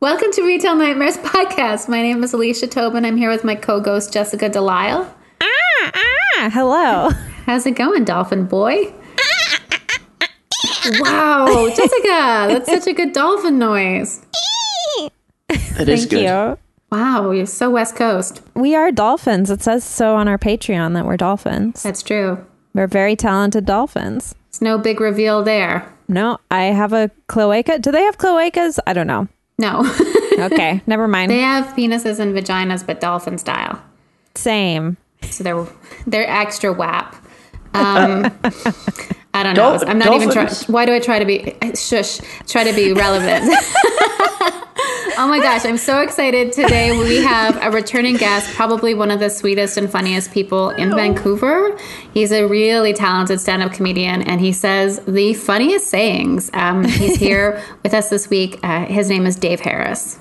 Welcome to Retail Nightmares Podcast. My name is Alicia Tobin. I'm here with my co ghost, Jessica Delisle. Ah, hello. How's it going, dolphin boy? Wow, Jessica, that's such a good dolphin noise. That is Thank you. Wow, you're so West Coast. We are dolphins. It says so on our Patreon that we're dolphins. That's true. We're very talented dolphins. It's no big reveal there. No, I have a cloaca. Do they have cloacas? I don't know. No. Okay, never they mind. have penises and vaginas, but dolphin style. Same. So they're they're extra whap. Um, I don't know. Dol- I'm not even trying. dolphins. Why do I try to be shush? Try to be relevant. oh my gosh, I'm so excited today. We have a returning guest, probably one of the sweetest and funniest people in Vancouver. He's a really talented stand-up comedian, and he says the funniest sayings. Um, he's here with us this week. Uh, his name is Dave Harris.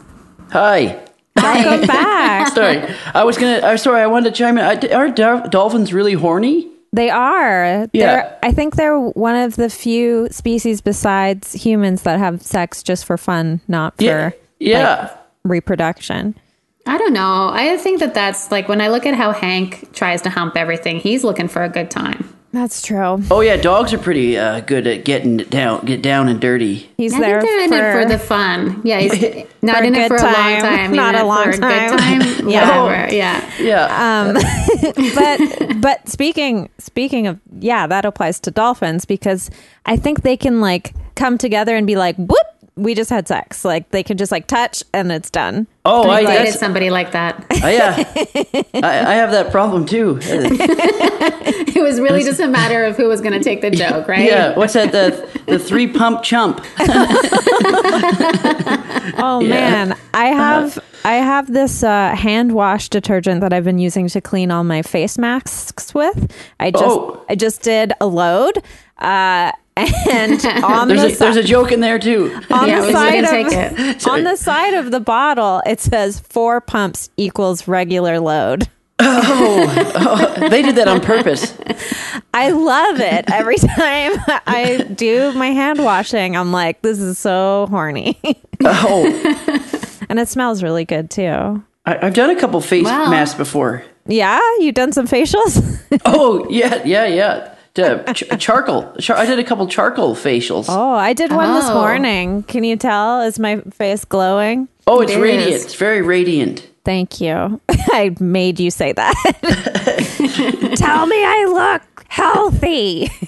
Hi. Welcome back. Sorry, I was gonna. I'm sorry. I wanted to chime in. I- Are dol- dolphins really horny? They are. Yeah. They're, I think they're one of the few species besides humans that have sex just for fun, not for Yeah. Yeah. reproduction. I don't know. I think that that's like when I look at how Hank tries to hump everything, he's looking for a good time. That's true. oh yeah. Dogs are pretty uh, good at getting down, get down and dirty. He's I there think they're in for it for the fun. Yeah, he's for not a in it good for a long time, time. not he's in a it long for time. A good time. Yeah. Oh. Whatever. Yeah. Uh, Yeah. but but speaking speaking of yeah, that applies to dolphins because I think they can like come together and be like, whoop, we just had sex. Like they can just like touch and it's done. oh, I, I dated that's, somebody like that. I- yeah. I, I have that problem too. Uh, It was really just a matter of who was going to take the joke, right? Yeah. What's that? The the three pump chump. Oh man, I have I have this uh, hand wash detergent that I've been using to clean all my face masks with. I just Oh. I just did a load. Uh, and on There's the a, si- there's a joke in there too. on Yeah, the we side can of take on the side of the bottle it says four pumps equals regular load. They did that on purpose. I love it every time I do my hand washing. I'm like, this is so horny, Oh, and it smells really good too. I, I've done a couple face Wow. masks before. Yeah, you done some facials? Oh yeah, yeah, yeah. To ch- charcoal. Char- I did a couple charcoal facials. Oh, I did one this Oh. morning. Can you tell? Is my face glowing? Oh, it's It radiant. is. It's very radiant. Thank you. I made you say that. tell me I look healthy.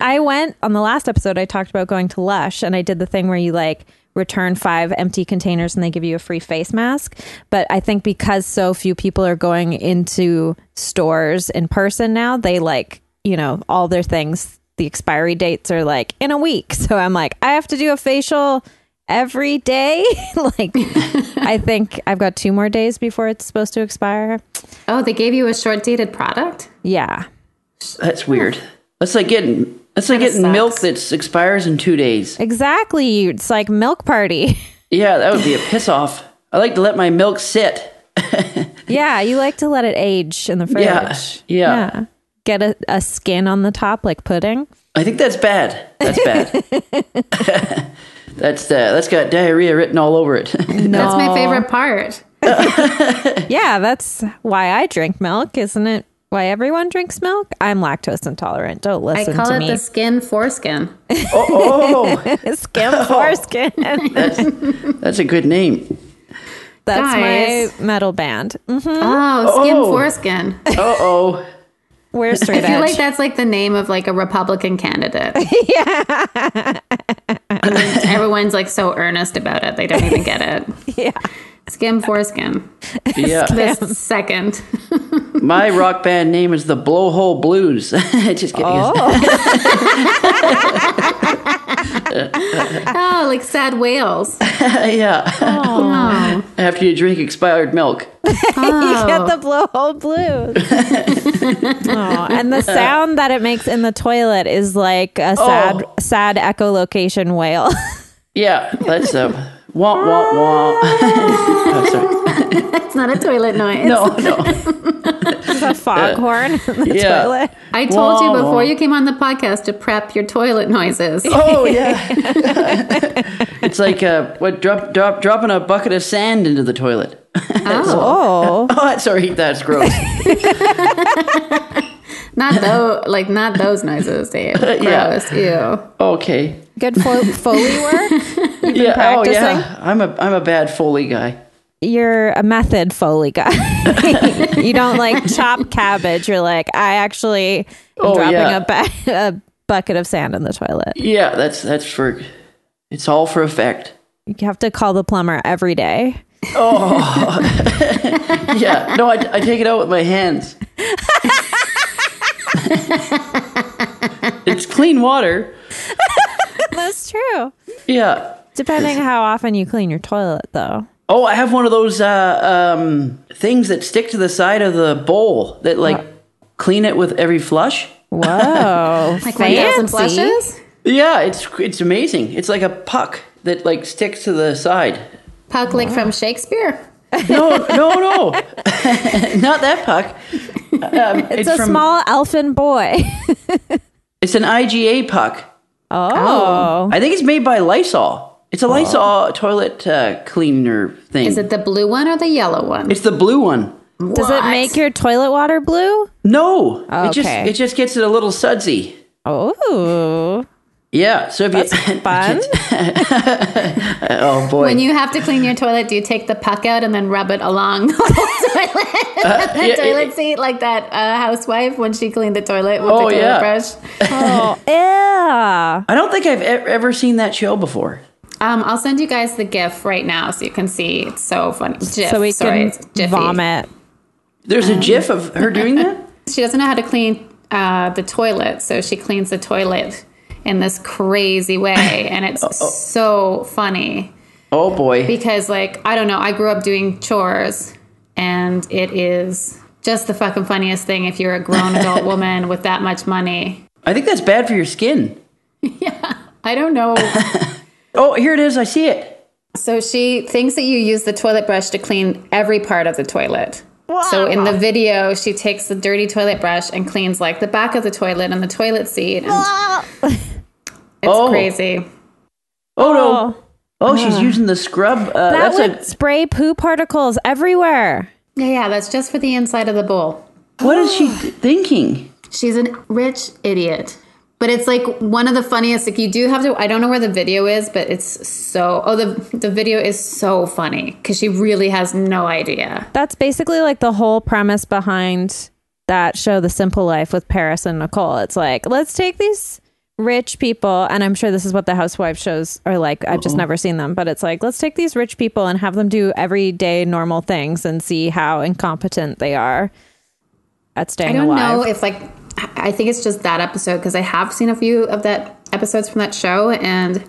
I went on the last episode, I talked about going to Lush and I did the thing where you like return five empty containers and they give you a free face mask. But I think because so few people are going into stores in person now, they like, you know, all their things, the expiry dates are like in a week. So I'm like, I have to do a facial every day. like, I think I've got two more days before it's supposed to expire. Oh, they gave you a short dated product? Yeah. That's weird. That's like getting that's like Kinda getting sucks. milk that expires in two days. Exactly. It's like milk party. Yeah, that would be a piss off. I like to let my milk sit. yeah, you like to let it age in the fridge. Yeah, yeah. Yeah. Get a, a skin on the top like pudding. I think that's bad. That's bad. that's uh, that's got diarrhea written all over it. That's my favorite part. Yeah, that's why I drink milk, isn't it? Why everyone drinks milk? I'm lactose intolerant. Don't I listen call to it me. the skin foreskin. oh, oh, Skim foreskin. that's a good name. That's Guys. my metal band. Mm, Oh, skin Oh. foreskin. Uh oh. We're straight I feel edge. like that's like the name of like a Republican candidate. yeah. Everyone's like so earnest about it. They don't even get it. Yeah. Skim foreskin. Yeah, This second. my rock band name is the Blowhole Blues. Just kidding. Oh, Oh, like sad whales. yeah, Oh. after you drink expired milk. you Oh. get the blowhole blues. oh, and the sound that it makes in the toilet is like a Oh. sad, sad echolocation whale. Yeah, that's a wah wah wah. Oh, sorry. It's not a toilet noise. No, Oh, no. a foghorn in the Yeah. toilet. I told you Wow. Oh, before you came on the podcast to prep your toilet noises. Oh yeah. It's like uh, what drop, drop, dropping a bucket of sand into the toilet. Oh, oh, sorry, that's gross. Not those, like not those noises, Dave. Yeah. Gross. Ew. Okay. good fo- foley work. yeah. Oh, yeah. practicing? I'm a I'm a bad foley guy. You're a method foley guy. you don't like chop cabbage. You're like, I actually am Oh, dropping yeah. a, ba- a bucket of sand in the toilet. Yeah, that's that's for. It's all for effect. You have to call the plumber every day. Yeah. No, I, I take it out with my hands. it's clean water. That's true. Yeah. Depending how often you clean your toilet, though. Oh, I have one of those uh, um, things that stick to the side of the bowl that like clean it with every flush. Whoa, Like one thousand fancy. flushes. Yeah, it's it's amazing. It's like a puck that like sticks to the side. Puck like from Shakespeare. No, no, no, not that puck. Um, it's It's a small elfin boy. It's an IGA puck. Oh, I think it's made by Lysol. It's a Lysol toilet uh, cleaner thing. Is it the blue one or the yellow one? it's the blue one. Oh. does it make your toilet water blue? No, it just Okay. it just gets it a little sudsy. Oh, Yeah. So if you fun. oh boy, When you have to clean your toilet, do you take the puck out and then rub it along the whole toilet? the yeah, toilet it- seat, like that uh, housewife when she cleaned the toilet with Oh, the toilet yeah. brush. Oh, yeah. I don't think I've e- ever seen that show before. Um, I'll send you guys the GIF right now so you can see. It's so funny. GIF, So we sorry, can it's Jiffy. vomit. There's a GIF of her doing that. She doesn't know how to clean uh, the toilet, so she cleans the toilet in this crazy way, and it's so funny. Oh boy. because like i don't know i grew up doing chores and it is just the fucking funniest thing if you're a grown adult woman with that much money I think that's bad for your skin. i don't know Oh, here it is. I see it. so she thinks that you use the toilet brush to clean every part of the toilet so in the video she takes the dirty toilet brush and cleans like the back of the toilet and the toilet seat and it's Oh. crazy Oh, Oh. no. Oh, she's using the scrub. Uh, That that's would a, spray poo particles everywhere. yeah yeah that's just for the inside of the bowl what is she thinking? She's a rich idiot. But it's like one of the funniest. Like you do have to. I don't know where the video is, but it's so. Oh, the the video is so funny because she really has no idea. That's basically like the whole premise behind that show, The Simple Life, with Paris and Nicole. It's like, let's take these rich people, and I'm sure this is what the housewife shows are like. I've just never seen them, but it's like, let's take these rich people and have them do everyday normal things and see how incompetent they are I at staying don't alive. know if like. I I think it's just that episode because I have seen a few of that episodes from that show, and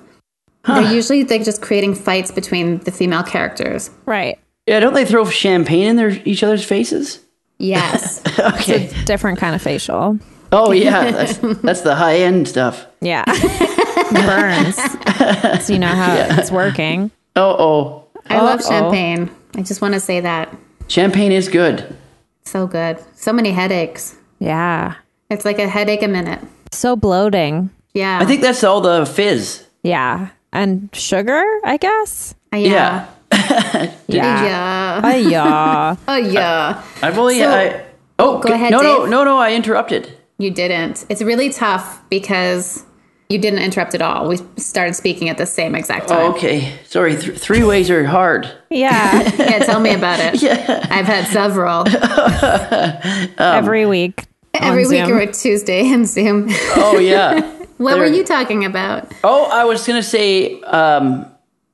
they're usually like just creating fights between the female characters. Right. Yeah, don't they throw champagne in their each other's faces? Yes, Okay. Different kind of facial. oh yeah, that's that's the high end stuff. Yeah. Burns. so you know how it's working. Oh oh, I love Uh-oh. champagne. I just want to say that champagne is good. so good. So many headaches. Yeah. It's like a headache a minute. So bloating. Yeah, I think that's all the fizz. Yeah. And sugar, I guess. Uh, yeah. Yeah. Yeah. Yeah. Uh, yeah. Oh, yeah. I've only. So- I, oh, Go ahead, No, no, Dave. no, no. I interrupted. You didn't. It's really tough because you didn't interrupt at all. We started speaking at the same exact time. Oh, okay. Sorry. Th- three ways are hard. yeah. Yeah, tell me about it. I've had several. Every week. on Oh. Every week Zoom. or Tuesday in Zoom. Oh yeah. what were There- you talking about? Oh, I was gonna say. um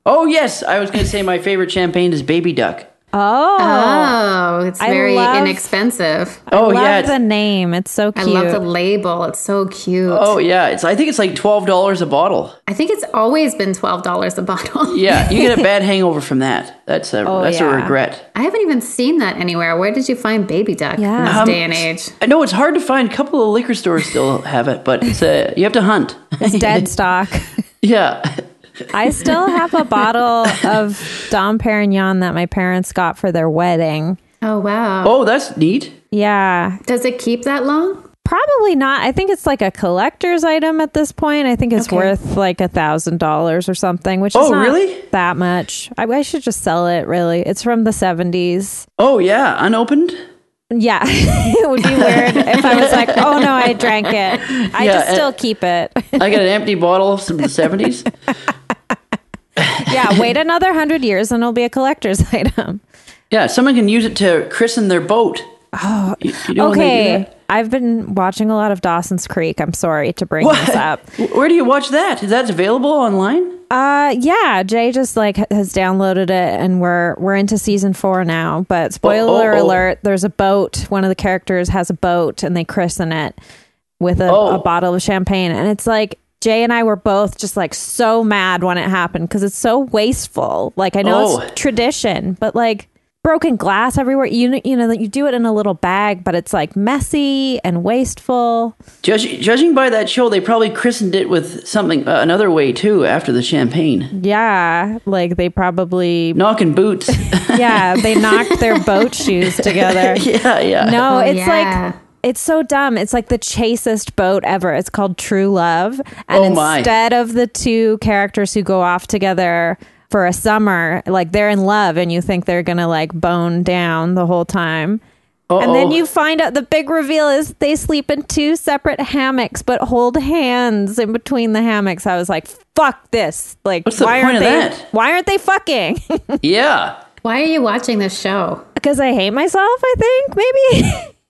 Oh yes, I was gonna say my favorite champagne is Baby Duck. Oh. Oh, it's very love- inexpensive. Oh I love yeah, it's- the name. It's so I cute. love the label. It's so cute. Oh yeah, it's I think it's like twelve dollars a bottle. I think it's always been $12 a bottle. Yeah, you get a bad hangover from that. That's a that's yeah. a regret. I haven't even seen that anywhere. Where did you find Baby Duck in Yeah. this Um, day and age? I know it's hard to find. A couple of liquor stores still have it, but it's a, you have to hunt. It's dead stock. Yeah. I still have a bottle of Dom Perignon that my parents got for their wedding. Oh, wow. Oh, that's neat. Yeah. Does it keep that long? Probably Probably not. I think it's like a collector's item at this point. I think it's Okay. worth like a thousand dollars or something, which is Oh, not really? that much. I, I should just sell it. Really, it's from the seventies. Oh yeah, unopened. Yeah, it would be weird if I was like, "Oh no, I drank it." I Yeah, just and- still keep it. I got an empty bottle from the seventies. yeah, wait another hundred years and it'll be a collector's item. Yeah, someone can use it to christen their boat. Oh, you, you know when they do Okay, I've been watching a lot of Dawson's Creek. I'm sorry to bring What? this up. that? Where do you watch that? Is that available online? Uh, yeah, Jay just like h- has downloaded it, and we're we're into season four now. But spoiler oh. alert: there's a boat. One of the characters has a boat, and they christen it with a, Oh. a bottle of champagne, and it's like. Jay and I were both just like so mad when it happened because it's so wasteful. Like I know Oh. it's tradition, but like broken glass everywhere. You kn- you know that you do it in a little bag, but it's like messy and wasteful. Judge, judging by that show, they probably christened it with something uh, another way too after the champagne. Yeah, like they probably Knocking boots. yeah, they knocked their boat shoes together. yeah, yeah. No, Oh, it's yeah. like it's so dumb. It's like the chastest boat ever. It's called True Love. And Oh, my. instead of the two characters who go off together for a summer, like they're in love and you think they're going to like bone down the whole time. And then Uh-oh. you find out the big reveal is they sleep in two separate hammocks but hold hands in between the hammocks. I was like, fuck this. Like What's the why point aren't of they that? why aren't they fucking? Yeah. Why are you watching this show? Because I hate myself, I think, maybe.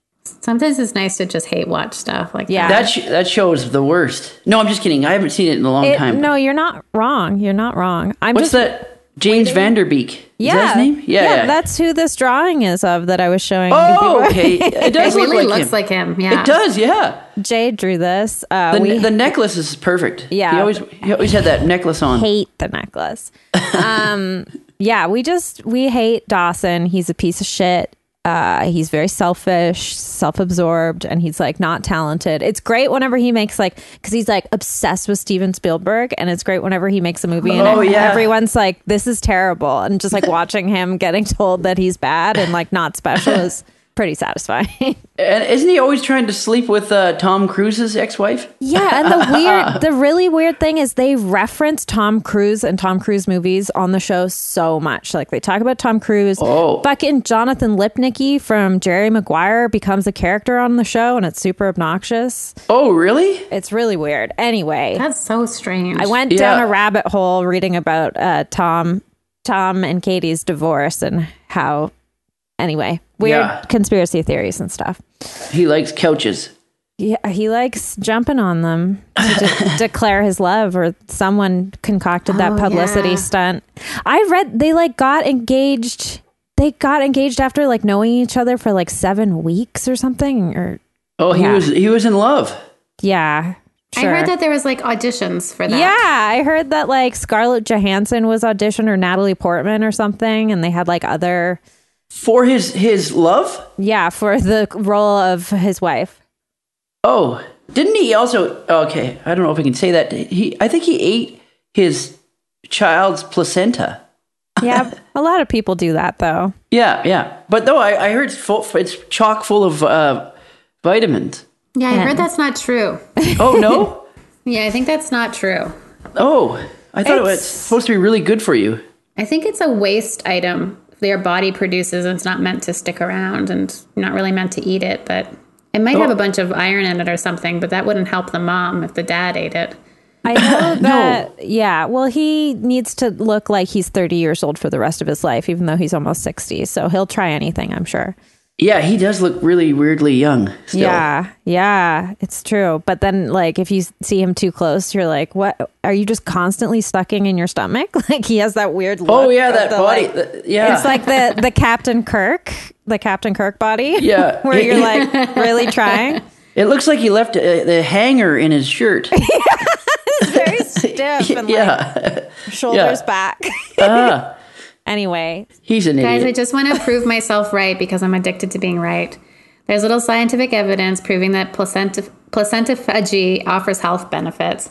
Sometimes it's nice to just hate watch stuff like Yeah. that. That sh- that show is the worst. No, I'm just kidding. I haven't seen it in a long It- time. No, you're not wrong. You're not wrong. I'm What's just that? James Vanderbeek. yeah. Is that his name? Yeah. yeah, Yeah. That's who this drawing is of that I was showing. Oh, okay. It does It really look like looks him. like him. Yeah. It does, yeah. Jay drew this. Uh, The, we the necklace is perfect. Yeah. He always he always had that necklace on. hate the necklace. Um, yeah, we just we hate Dawson. He's a piece of shit. Uh, he's very selfish, self-absorbed, and he's like not talented. It's great whenever he makes like because he's like obsessed with Steven Spielberg, and it's great whenever he makes a movie and Oh, yeah. everyone's like, "This is terrible," and just like watching him getting told that he's bad and like not special is pretty satisfying. And isn't he always trying to sleep with uh, Tom Cruise's ex-wife? Yeah, and the weird, the really weird thing is they reference Tom Cruise and Tom Cruise movies on the show so much. Like they talk about Tom Cruise. Oh. fucking Jonathan Lipnicki from Jerry Maguire becomes a character on the show, and it's super obnoxious. Oh, really? It's really weird. Anyway, That's so strange. I went Yeah. down a rabbit hole reading about uh, Tom, Tom and Katie's divorce and how. Anyway, weird Yeah. conspiracy theories and stuff. He likes couches. Yeah, he likes jumping on them to de- declare his love, or someone concocted that Oh, publicity yeah. stunt. I read they like got engaged. They got engaged after like knowing each other for like seven weeks or something. Or Oh, he Yeah. was he was in love. yeah, I sure. heard that there was like auditions for that. Yeah, I heard that like Scarlett Johansson was auditioned or Natalie Portman or something, and they had like other For his his love? yeah for the role of his wife. Oh, didn't he also Okay, I don't know if I can say that. He I think he ate his child's placenta. Yeah, a lot of people do that though. Yeah, yeah. But though I, I heard it's full, it's chock full of uh, vitamins. Yeah, I heard that's not true. Oh no! Yeah, I think that's not true. oh, I thought it was It's- supposed to be really good for you. I think it's a waste item their body produces and it's not meant to stick around and you're not really meant to eat it, but it might have a bunch of iron in it or something, but that wouldn't help the mom if the dad ate it. I know that. Yeah. Well, he needs to look like he's 30 years old for the rest of his life, even though he's almost 60. So he'll try anything, I'm sure. Yeah, he does look really weirdly young. Still. Yeah. Yeah. It's true. But then, like, if you s- see him too close, you're like, what? Are you just constantly sucking in your stomach? Like, he has that weird look. Oh yeah, of that the, body. like- th- yeah. It's like the, the Captain Kirk, the Captain Kirk body. Yeah. where you're like really trying. it looks like he left uh, the hanger in his shirt. It's very stiff and yeah, like shoulders Yeah. back. Ah, anyway, he's an Guys, I idiot. just want to prove myself right because I'm addicted to being right. There's little scientific evidence proving that placenta, placentophagy offers health benefits.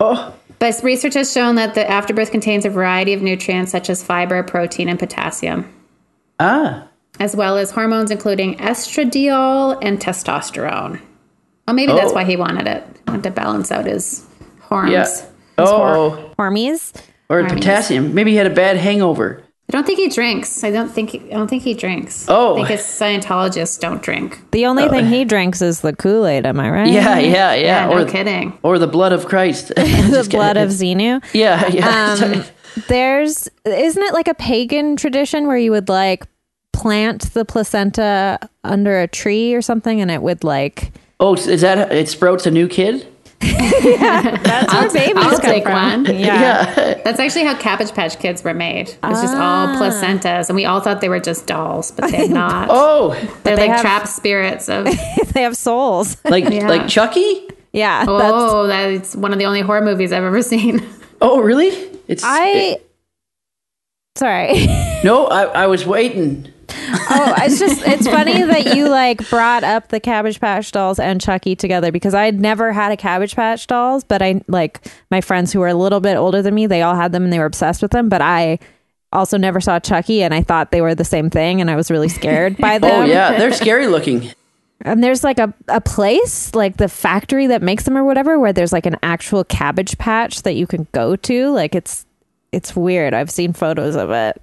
Oh, But research has shown that the afterbirth contains a variety of nutrients such as fiber, protein, and potassium, ah, as well as hormones including estradiol and testosterone. Well, maybe that's Oh. why he wanted it. Wanted to balance out his horns. Yeah. Oh, Hormies. or Arby's. potassium. Maybe he had a bad hangover. I don't think he drinks. I don't think. He, I don't think he drinks. Oh. I think his Scientologists don't drink. The only thing he drinks is the Kool Aid. Am I right? Yeah, yeah, yeah. Yeah, Uh, no or kidding. or the blood of Christ. the blood of Xenu. yeah, yeah. um, There's isn't it like a pagan tradition where you would like plant the placenta under a tree or something, and it would like oh, is that it? Sprouts a new kid. that's where babies I'll take one. yeah. That's actually how Cabbage Patch Kids were made. It's just all Ah. placentas, and we all thought they were just dolls, but they're not. Oh, they're they like have- trapped spirits of. they have souls. like Yeah. like Chucky. yeah, that's oh, that's one of the only horror movies I've ever seen. Oh, really? It's I. Sorry. it- no, I, I was waiting. Oh, it's just it's funny that you like brought up the Cabbage Patch dolls and Chucky together because I had never had a Cabbage Patch dolls, but I like my friends who were a little bit older than me, they all had them and they were obsessed with them, but I also never saw Chucky and I thought they were the same thing and I was really scared by them. Oh yeah, they're scary looking. And there's like a, a place, like the factory that makes them or whatever, where there's like an actual cabbage patch that you can go to. Like it's it's weird. I've seen photos of it.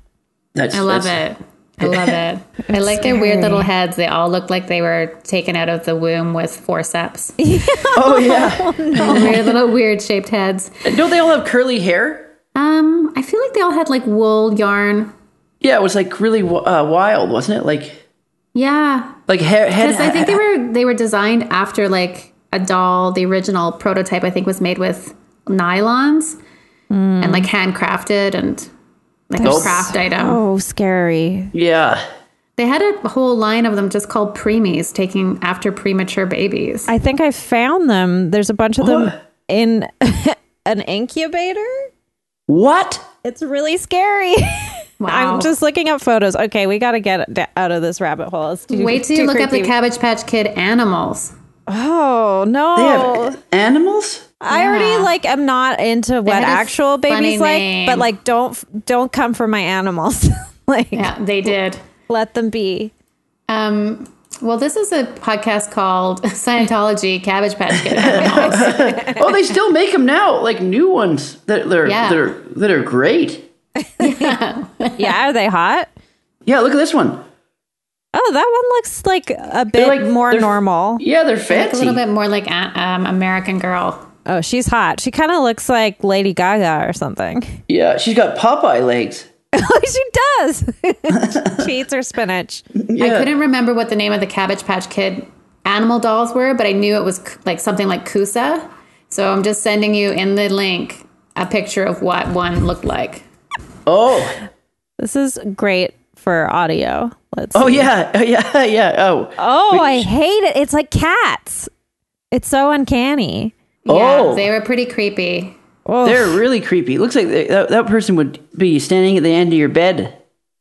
That's, I love that's- it. I love it. I like their weird little heads. They all look like they were taken out of the womb with forceps. Oh yeah. weird little weird shaped heads. Don't they all have curly hair? Um, I feel like they all had like wool yarn. Yeah, it was like really uh, wild, wasn't it? Like Yeah, like hair, head. because I think they were they were designed after like a doll. The original prototype I think was made with nylons and like handcrafted and like a That's- craft item. Oh, scary. Yeah. They had a whole line of them just called preemies, taking after premature babies. I think I found them. There's a bunch of them in an incubator. What? It's really scary. Wow. I'm just looking up photos. Okay, we got to get da- out of this rabbit hole. It's too, Wait till you too look up the creepy. Cabbage Patch Kid animals. Oh no! They have animals? I Yeah. already like am not into what had a actual funny babies like, name. but like don't f- don't come for my animals. like Yeah, they did. let them be. Um, well, this is a podcast called Scientology Cabbage Patch Kid Animals. Oh, they still make them now, like new ones that they're Yeah. that are that are great. Yeah, are they hot? Yeah, look at this one. Oh, that one looks like a bit like- more they're- normal. Yeah, they're Look a fancy. little bit more like uh, um, American Girl. Oh, she's hot. She kind of looks like Lady Gaga or something. Yeah, she's got Popeye legs. Oh, she does. she eats her spinach. I Yeah. couldn't remember what the name of the Cabbage Patch Kid animal dolls were, but I knew it was c- like something like Kusa. So I'm just sending you in the link a picture of what one looked like. Oh, This is great for audio. Let's. oh yeah, oh, yeah, yeah. Oh, Oh, I hate it. It's like cats. It's so uncanny. oh, Yeah, they were pretty creepy. Oh, they're really creepy. Looks like they, that, that person would be standing at the end of your bed.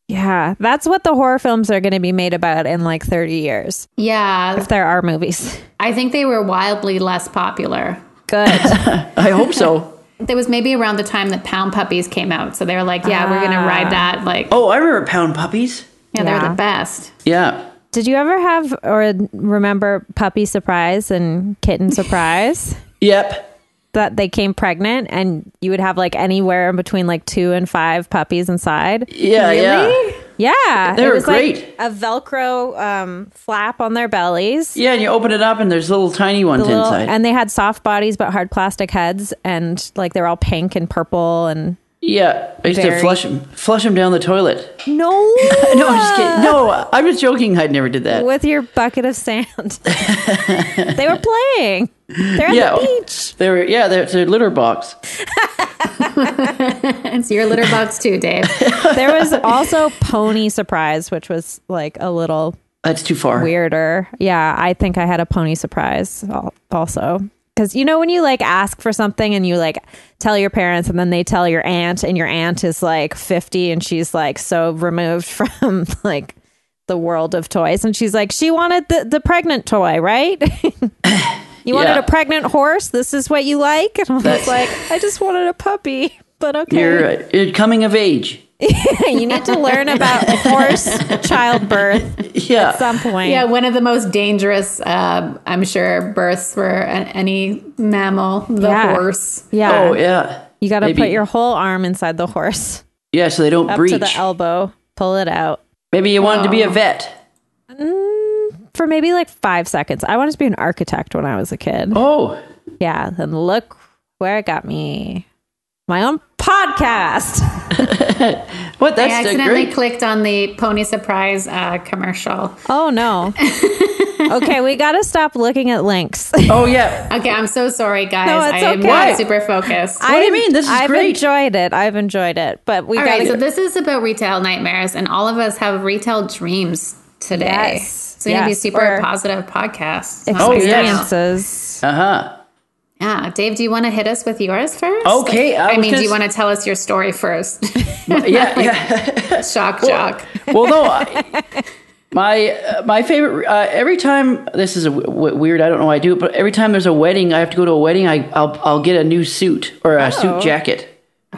yeah. That's what the horror films are going to be made about in like 30 years. Yeah, If there are movies. I think they were wildly less popular. Good. I hope so. There was maybe around the time that Pound Puppies came out, so they were like, "Yeah, we're gonna ride that." Like, Oh, I remember pound puppies. yeah, they're yeah. the best. Yeah. Did you ever have or remember Puppy Surprise and Kitten Surprise? Yep. that they came pregnant and you would have like anywhere in between like two and five puppies inside. Yeah. Yeah. Yeah, They it were was great. like a Velcro um, flap on their bellies, Yeah, and you open it up, and there's little tiny ones The little- inside. and they had soft bodies but hard plastic heads, and like they're all pink and purple and yeah, I used Very- to flush them, flush them down the toilet. no, No, I'm just kidding. No, I was joking. I never did that. with your bucket of sand. they were playing. They're at Yeah. the beach. They were, yeah, they're, they're litter box. It's your litter box too, Dave. There was also Pony Surprise, which was like a little That's too far. weirder. Yeah, I think I had a pony surprise al- also. Because you know when you like ask for something and you like tell your parents and then they tell your aunt and your aunt is like 50 and she's like so removed from like the world of toys and she's like she wanted the, the pregnant toy right you wanted Yeah. a pregnant horse this is what you like and i was That's- like i just wanted a puppy but okay You're, uh, you're coming of age. you need to learn about horse childbirth at Yeah. some point. Yeah, one of the most dangerous, uh, I'm sure, births for an, any mammal, the Yeah. horse. Yeah. Oh yeah. you got to Maybe- put your whole arm inside the horse Yeah, so they don't up to the breach. elbow, pull it out Maybe you wanted to be a vet. for maybe like five seconds. I wanted to be an architect when I was a kid. Oh, Yeah. Then look where it got me. My own podcast. what? I That's a accidentally great. clicked on the Pony Surprise uh, commercial. Oh no. okay, we got to stop looking at links. oh yeah. Okay, I'm so sorry, guys. No, it's I am okay. not super focused. What do you mean? This is I've great. enjoyed it. I've enjoyed it. But we all got right, so to this is about retail nightmares, and all of us have retail dreams today. Yes, It's going to be yes, super or- positive podcast. Oh, yes. experiences. Uh huh. Yeah, Dave, do you want to hit us with yours first? Okay, I I, was mean, gonna do you s- want to tell us your story first? Yeah, yeah. shock, jock. well, no. I, my uh, my favorite. Uh, every time this is a w- w- weird. I don't know why I do it, but every time there's a wedding, I have to go to a wedding. I I'll I'll get a new suit or a Oh. suit jacket.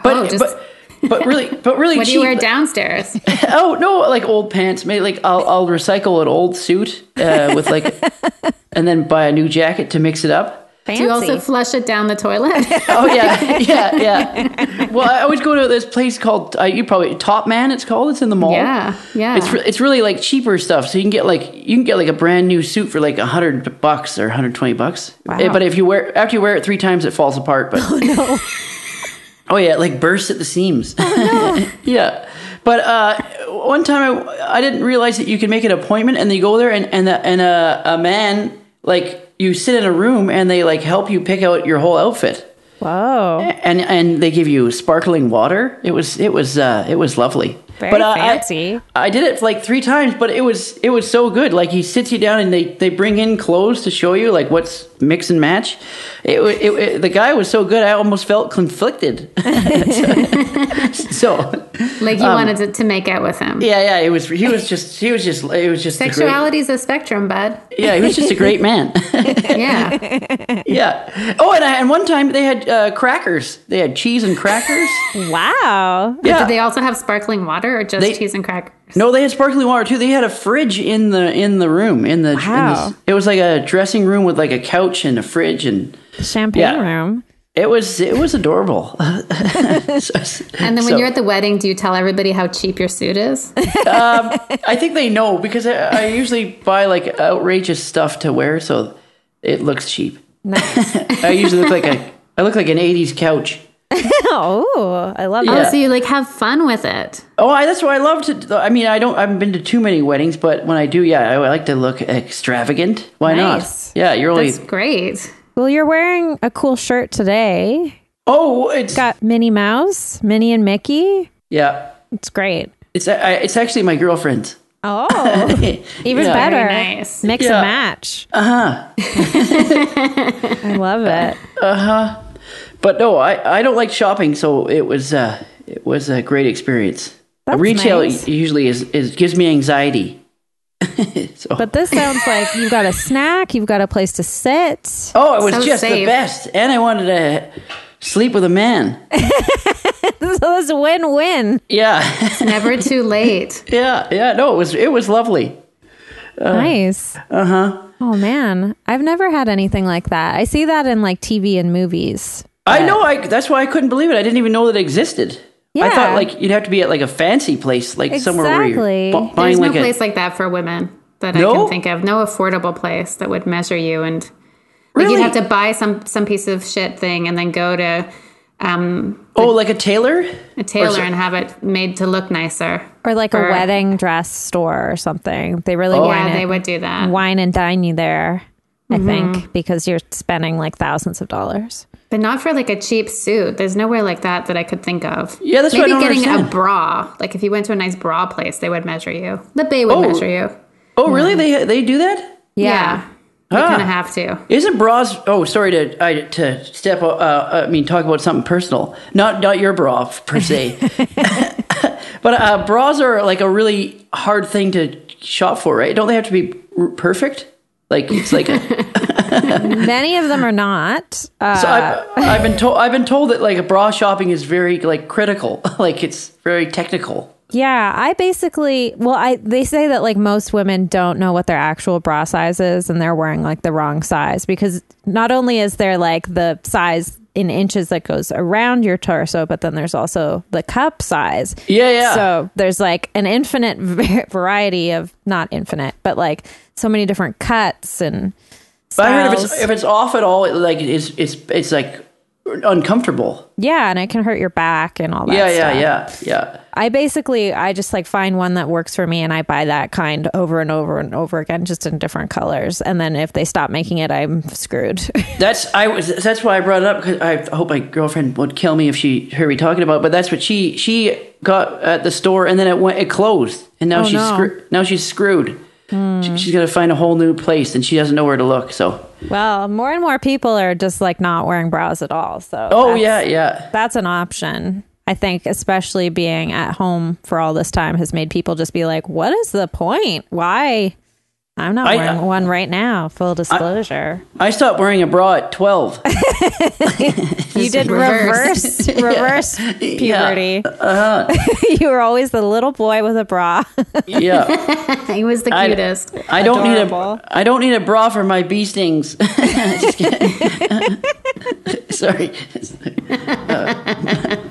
But Oh, just- but but really but really What do cheap. you wear downstairs? oh no, like old pants. Maybe like I'll I'll recycle an old suit uh, with like, and then buy a new jacket to mix it up. Fancy. Do you also flush it down the toilet? Oh yeah, yeah, yeah. Well, I always go to this place called uh, you probably Top Man. It's called. It's in the mall. Yeah, yeah. Oh, It's re- it's really like cheaper stuff. So you can get like you can get like a brand new suit for like hundred bucks or hundred twenty bucks. Wow. Eh, But if you wear after you wear it three times, it falls apart. But oh, yeah, it like bursts at the seams. yeah. But uh, one time I, I didn't realize that you could make an appointment, and they go there, and and the, and a, a man like you sit in a room, and they like help you pick out your whole outfit Whoa. and and they give you sparkling water. It was it was uh, it was lovely. Very uh, I- fancy. I, did it like three times, but it was it was so good. Like he sits you down and they, they bring in clothes to show you like what's mix and match. It, wa- it, it the guy was so good. I almost felt conflicted. so, like you wanted to, to make out with him. um, yeah, yeah, it was he was just he was just it was just a great- Sexuality is a spectrum, bud. yeah, he was just a great man. Yeah. yeah. Oh, and I, and one time they had uh, crackers. They had cheese and crackers. Wow. Yeah. Do they also have sparkling water or just They- cheese and crackers? No, they had sparkling water too. They had a fridge in the in the room in the. in the- Wow. it was like a dressing room with like a couch and a fridge, and Champagne Yeah. room. it was it was adorable. And then when So- you're at the wedding, do you tell everybody how cheap your suit is? I think they know because I, I usually buy like outrageous stuff to wear, so it looks cheap. I usually look like a I look like an '80s couch. Oh, I love Oh, that. so you like have fun with it. Oh, I, that's what I love to. I mean, I don't. I haven't been to too many weddings, but when I do, yeah, I, like to look extravagant. Why Nice. not? Yeah, you're only. That's great. Well, you're wearing a cool shirt today. oh, it's Got Minnie Mouse, Minnie and Mickey. yeah. It's great. It's I, it's actually my girlfriend's. Oh, even Yeah. better. Very nice. Mix Yeah. and match. Uh huh. I love it. But no, I, I don't like shopping, so it was uh, it was a great experience. That's Retail nice. usually is, is gives me anxiety. so, But this sounds like you've got a snack, you've got a place to sit. oh, it was so just the safe. best, and I wanted to sleep with a man. So it's a win win. yeah, It's never too late. yeah, yeah. No, it was it was lovely. nice. Uh huh. Oh, man. I've never had anything like that. I see that in like TV and movies. I know. I that's why I couldn't believe it. I didn't even know that it existed. I Yeah. thought like you'd have to be at like a fancy place, like somewhere where Exactly. you're bu- There's buying no like place a like that for women that I No? can think of. No affordable place that would measure you and like Really? you'd have to buy some some piece of shit thing and then go to um, oh like a tailor. a tailor and have it made to look nicer. Or like a Or- wedding dress store or something. They really Oh, wine, Oh. yeah, they and, would Mm-hmm. do that. wine and dine you there, I think, because you're spending like thousands of dollars. But not for like a cheap suit. There's nowhere like that that I could think of. Yeah, that's Maybe what I don't getting understand. a bra. Like if you went to a nice bra place, they would measure you. The bay would Oh. measure you. Oh really? They they do that? Yeah. They Ah. kind of have to. Isn't bras? Oh, sorry to I, to step. Uh, uh, I mean, talk about something personal. Not not your bra f- per se, but uh, bras are like a really hard thing to shop for, right? Don't they have to be r- perfect? Like it's like a, Many of them are not. Uh, So I've, I've been told I've been told that like bra shopping is very like critical, like it's very technical. yeah, I basically well, I they say that like most women don't know what their actual bra size is, and they're wearing like the wrong size because not only is there like the size in inches that goes around your torso, but then there's also the cup size. Yeah, yeah. So there's like an infinite va- variety of not infinite, but like so many different cuts and. But I heard if it's styles. if it's off at all, it, like it's it's it's like uncomfortable. Yeah, and it can hurt your back and all that. Yeah, stuff. yeah, yeah, yeah. I basically I just like find one that works for me and I buy that kind over and over and over again, just in different colors. And then if they stop making it, I'm screwed. That's I was. That's why I brought it up because I hope my girlfriend would kill me if she heard me talking about. it, But that's what she she got at the store, and then it went it closed, and now Oh, she's no. Hmm. screw, now she's screwed. She, she's gonna find a whole new place, and she doesn't know where to look. So well, more and more people are just like not wearing bras at all. So oh that's- yeah yeah that's an option. I think especially being at home for all this time has made people just be like, What is the point? Why? I'm not I- uh, wearing one right now, full disclosure. I stopped wearing a bra at twelve. You did reversed. reverse reverse puberty. Uh-huh. you were always the little boy with a bra. yeah. He was the I- cutest. I don't Adorable. need a I don't need a bra for my bee stings. Just kidding. Sorry.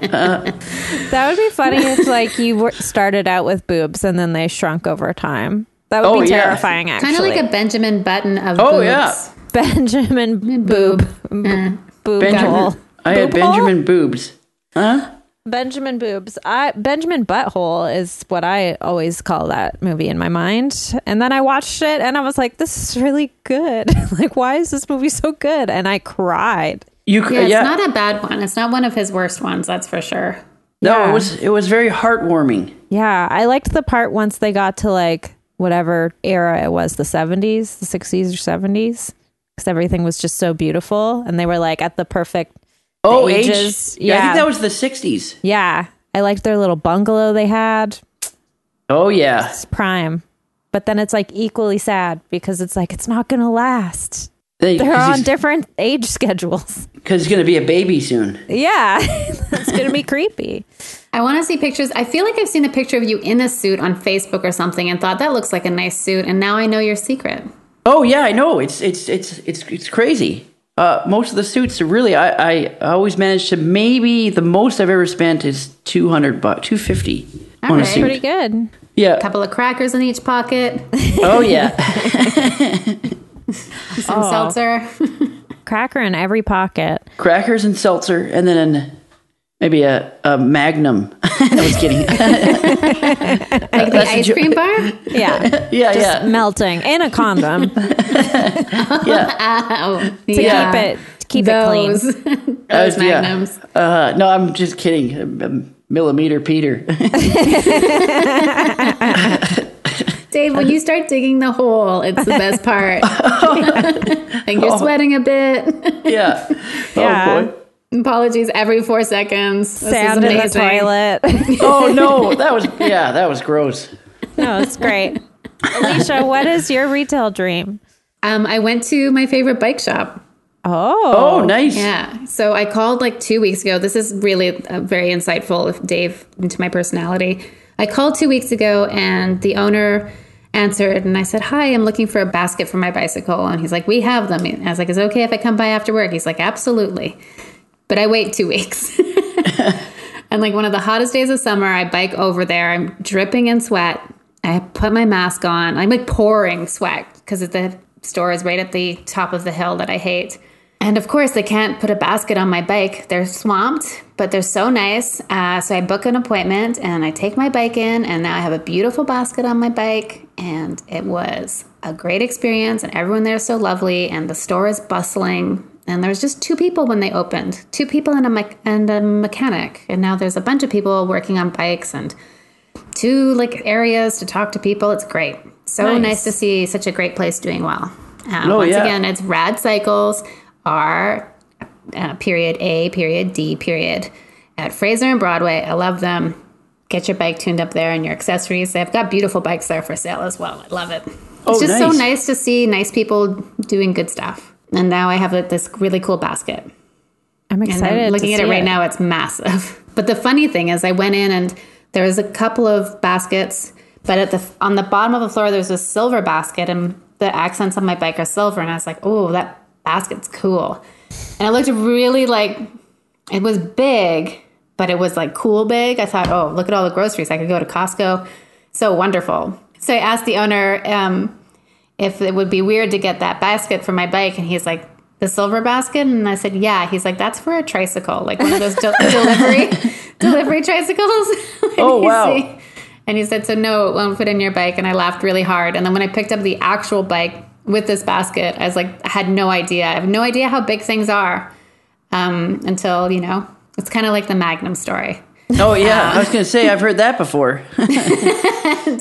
That would be funny if like you were, started out with boobs and then they shrunk over time. That would Oh, be yeah. terrifying Kind of actually. like a Benjamin Button of Oh, boobs. yeah. Benjamin boob boob hole. Benjamin, I had Boob hole? Benjamin boobs. Benjamin boobs. I Benjamin butthole is what I always call that movie in my mind. And then I watched it and I was like this is really good. like why is this movie so good? And I cried. You c- Yeah, yeah, it's not a bad one. It's not one of his worst ones, that's for sure. no yeah. it was it was very heartwarming. Yeah, I liked the part once they got to like whatever era it was, the 70s, the 60s or 70s, because everything was just so beautiful and they were like at the perfect Oh ages, ages yeah. I yeah. think that was the sixties. yeah. I liked their little bungalow they had. Oh yeah It's prime. But then it's like equally sad because it's like it's not going to last. they, They're on because different age schedules. it's gonna be a baby soon. Yeah. That's going to be creepy. I want to see pictures. I feel like I've seen a picture of you in a suit on Facebook or something and thought that looks like a nice suit. And now I know your secret. Oh yeah I know it's it's it's it's it's crazy. Uh, most of the suits are really I, I always manage to maybe the most I've ever spent is two hundred bucks two fifty on a right. suit. Pretty good. yeah. couple of crackers in each pocket, Oh yeah. some seltzer. Cracker in every pocket. crackers and seltzer, and then an, maybe a, a Magnum. I was kidding. Like the ice jo- cream bar? Yeah. yeah, Just yeah, melting in a condom. yeah. Oh, to yeah. keep it to keep it clean. Those, those Uh, yeah. magnums. Uh, no, I'm just kidding. Um, um, Millimeter Peter. Dave, when you start digging the hole, it's the best part. Oh. like you're sweating a bit. yeah. Yeah. Oh, boy. Apologies every four seconds. This Sound is in the amazing. toilet. oh no, that was yeah, that was gross. no, it's great. Alicia, what is your retail dream? Um, I went to my favorite bike shop. Oh, Oh, nice. Yeah. So I called like two weeks ago. This is really uh, very insightful, if Dave, into my personality. I called two weeks ago and the owner answered and I said, Hi, I'm looking for a basket for my bicycle. And he's like, We have them. And I was like, Is it okay if I come by after work? He's like, Absolutely. But I wait two weeks. and like one of the hottest days of summer, I bike over there. I'm dripping in sweat. I put my mask on. I'm like pouring sweat because the store is right at the top of the hill that I hate. And of course, they can't put a basket on my bike. They're swamped, but they're so nice. Uh, so I book an appointment and I take my bike in, and now I have a beautiful basket on my bike. And it was a great experience, and everyone there is so lovely, and the store is bustling. And there was just two people when they opened, two people and a mech- and a mechanic. And now there's a bunch of people working on bikes and two like areas to talk to people. It's great. So nice, to see such a great place doing well. Um, Oh, once yeah. again, it's Rad Cycles are uh, period A, period D, period at Fraser and Broadway. I love them. Get your bike tuned up there and your accessories. They've got beautiful bikes there for sale as well. I love it. It's Oh, just so nice. nice to see nice people doing good stuff. And now I have like, this really cool basket. I'm And I'm excited. looking to at it see right now, it's massive. But the funny thing is, I went in and there was a couple of baskets, but at the on the bottom of the floor there's a silver basket, and the accents on my bike are silver, and I was like, oh, that basket's cool. And it looked really like it was big, but it was like cool big. I thought, oh, look at all the groceries. I could go to Costco. So wonderful. So I asked the owner um, if it would be weird to get that basket for my bike. And he's like, the silver basket? And I said, yeah. He's like, that's for a tricycle, like one of those del- delivery, delivery tricycles. And Oh, he wow. said- And he said, so no, it won't fit in your bike. And I laughed really hard. And then when I picked up the actual bike with this basket, I was like, I had no idea. I have no idea how big things are um, until, you know, it's kind of like the Magnum story. Oh yeah, I was gonna say I've heard that before. So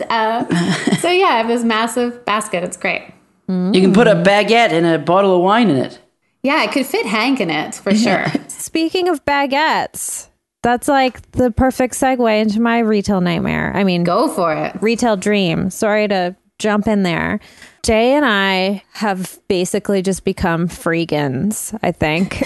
yeah, I have this massive basket. It's great. You can put a baguette and a bottle of wine in it. Yeah, it could fit Hank in it for sure. Speaking of baguettes, that's like the perfect segue into my retail nightmare. I mean, Go for it. retail dream. Sorry to jump in there. Jay and I have basically just become freegans, I think.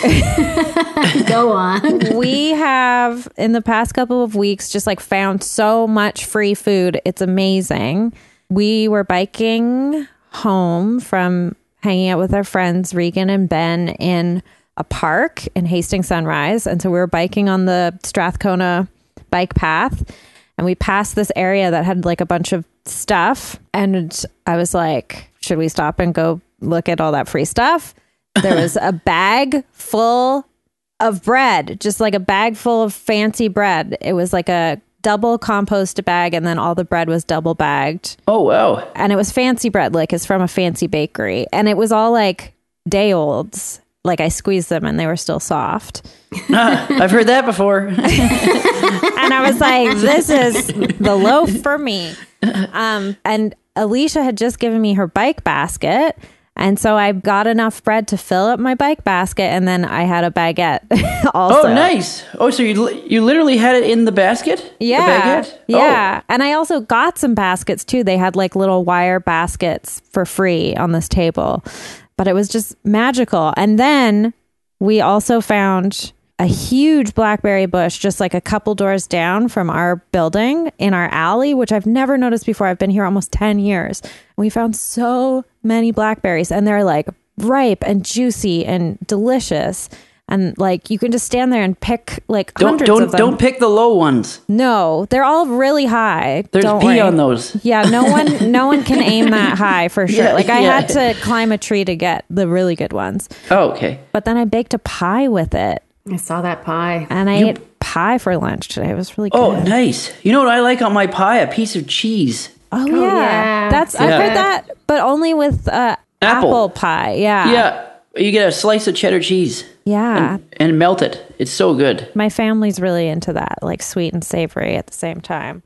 Go on. we have in the past couple of weeks just like found so much free food. It's amazing. We were biking home from hanging out with our friends Regan and Ben in a park in Hastings Sunrise, and so we were biking on the Strathcona bike path, and we passed this area that had like a bunch of stuff, and I was like, should we stop and go look at all that free stuff? There was a bag full of bread, just like a bag full of fancy bread. It was like a double compost bag, and then all the bread was double bagged. Oh wow. And it was fancy bread, like it's from a fancy bakery. And it was all like day olds. Like I squeezed them and they were still soft. I've heard that before. and I was like, "This is the loaf for me." Um, and Alicia had just given me her bike basket, and so I got enough bread to fill up my bike basket, and then I had a baguette. also, Oh nice. Oh, so you li- you literally had it in the basket? Yeah, The baguette? Oh. yeah. And I also got some baskets too. They had like little wire baskets for free on this table, but it was just magical. And then we also found a huge blackberry bush just like a couple doors down from our building in our alley, which I've never noticed before. I've been here almost 10 years. We found so many blackberries and they're like ripe and juicy and delicious. And like you can just stand there and pick like Oh. Don't hundreds of don't them. don't pick the low ones. No, they're all really high. There's Don't pee worry. on those. Yeah, no one, no one can aim that high for sure. Yeah, like I yeah. had to climb a tree to get the really good ones, Oh okay. but then I baked a pie with it, I saw that pie. and I ate pie for lunch today. It was really good. Oh nice. You know what I like on my pie? A piece of cheese. Oh, yeah. yeah. that's I've Yeah. heard that, but only with uh, apple. Apple. pie. Yeah, Yeah. You get a slice of cheddar cheese yeah. and melt it. It's so good. my family's really into that, like sweet and savory at the same time.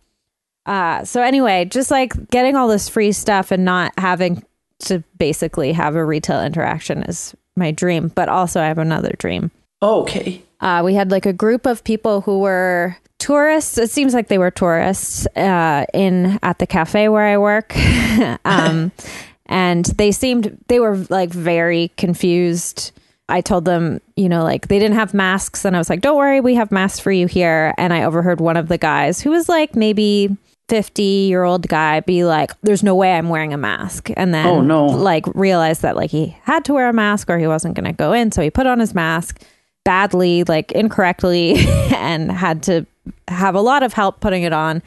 Uh, so anyway, just like getting all this free stuff and not having to basically have a retail interaction is my dream. But also, I have another dream. Oh, okay. Uh, we had like a group of people who were tourists. It seems like they were tourists uh, in at the cafe where I work, um, and they seemed they were like very confused. I told them, you know, like they didn't have masks, and I was like, "Don't worry, we have masks for you here." And I overheard one of the guys who was like maybe. 50 year old guy be like there's no way i'm wearing a mask and then Oh, no. like realized that like he had to wear a mask or he wasn't going to go in so he put on his mask badly like incorrectly and had to have a lot of help putting it on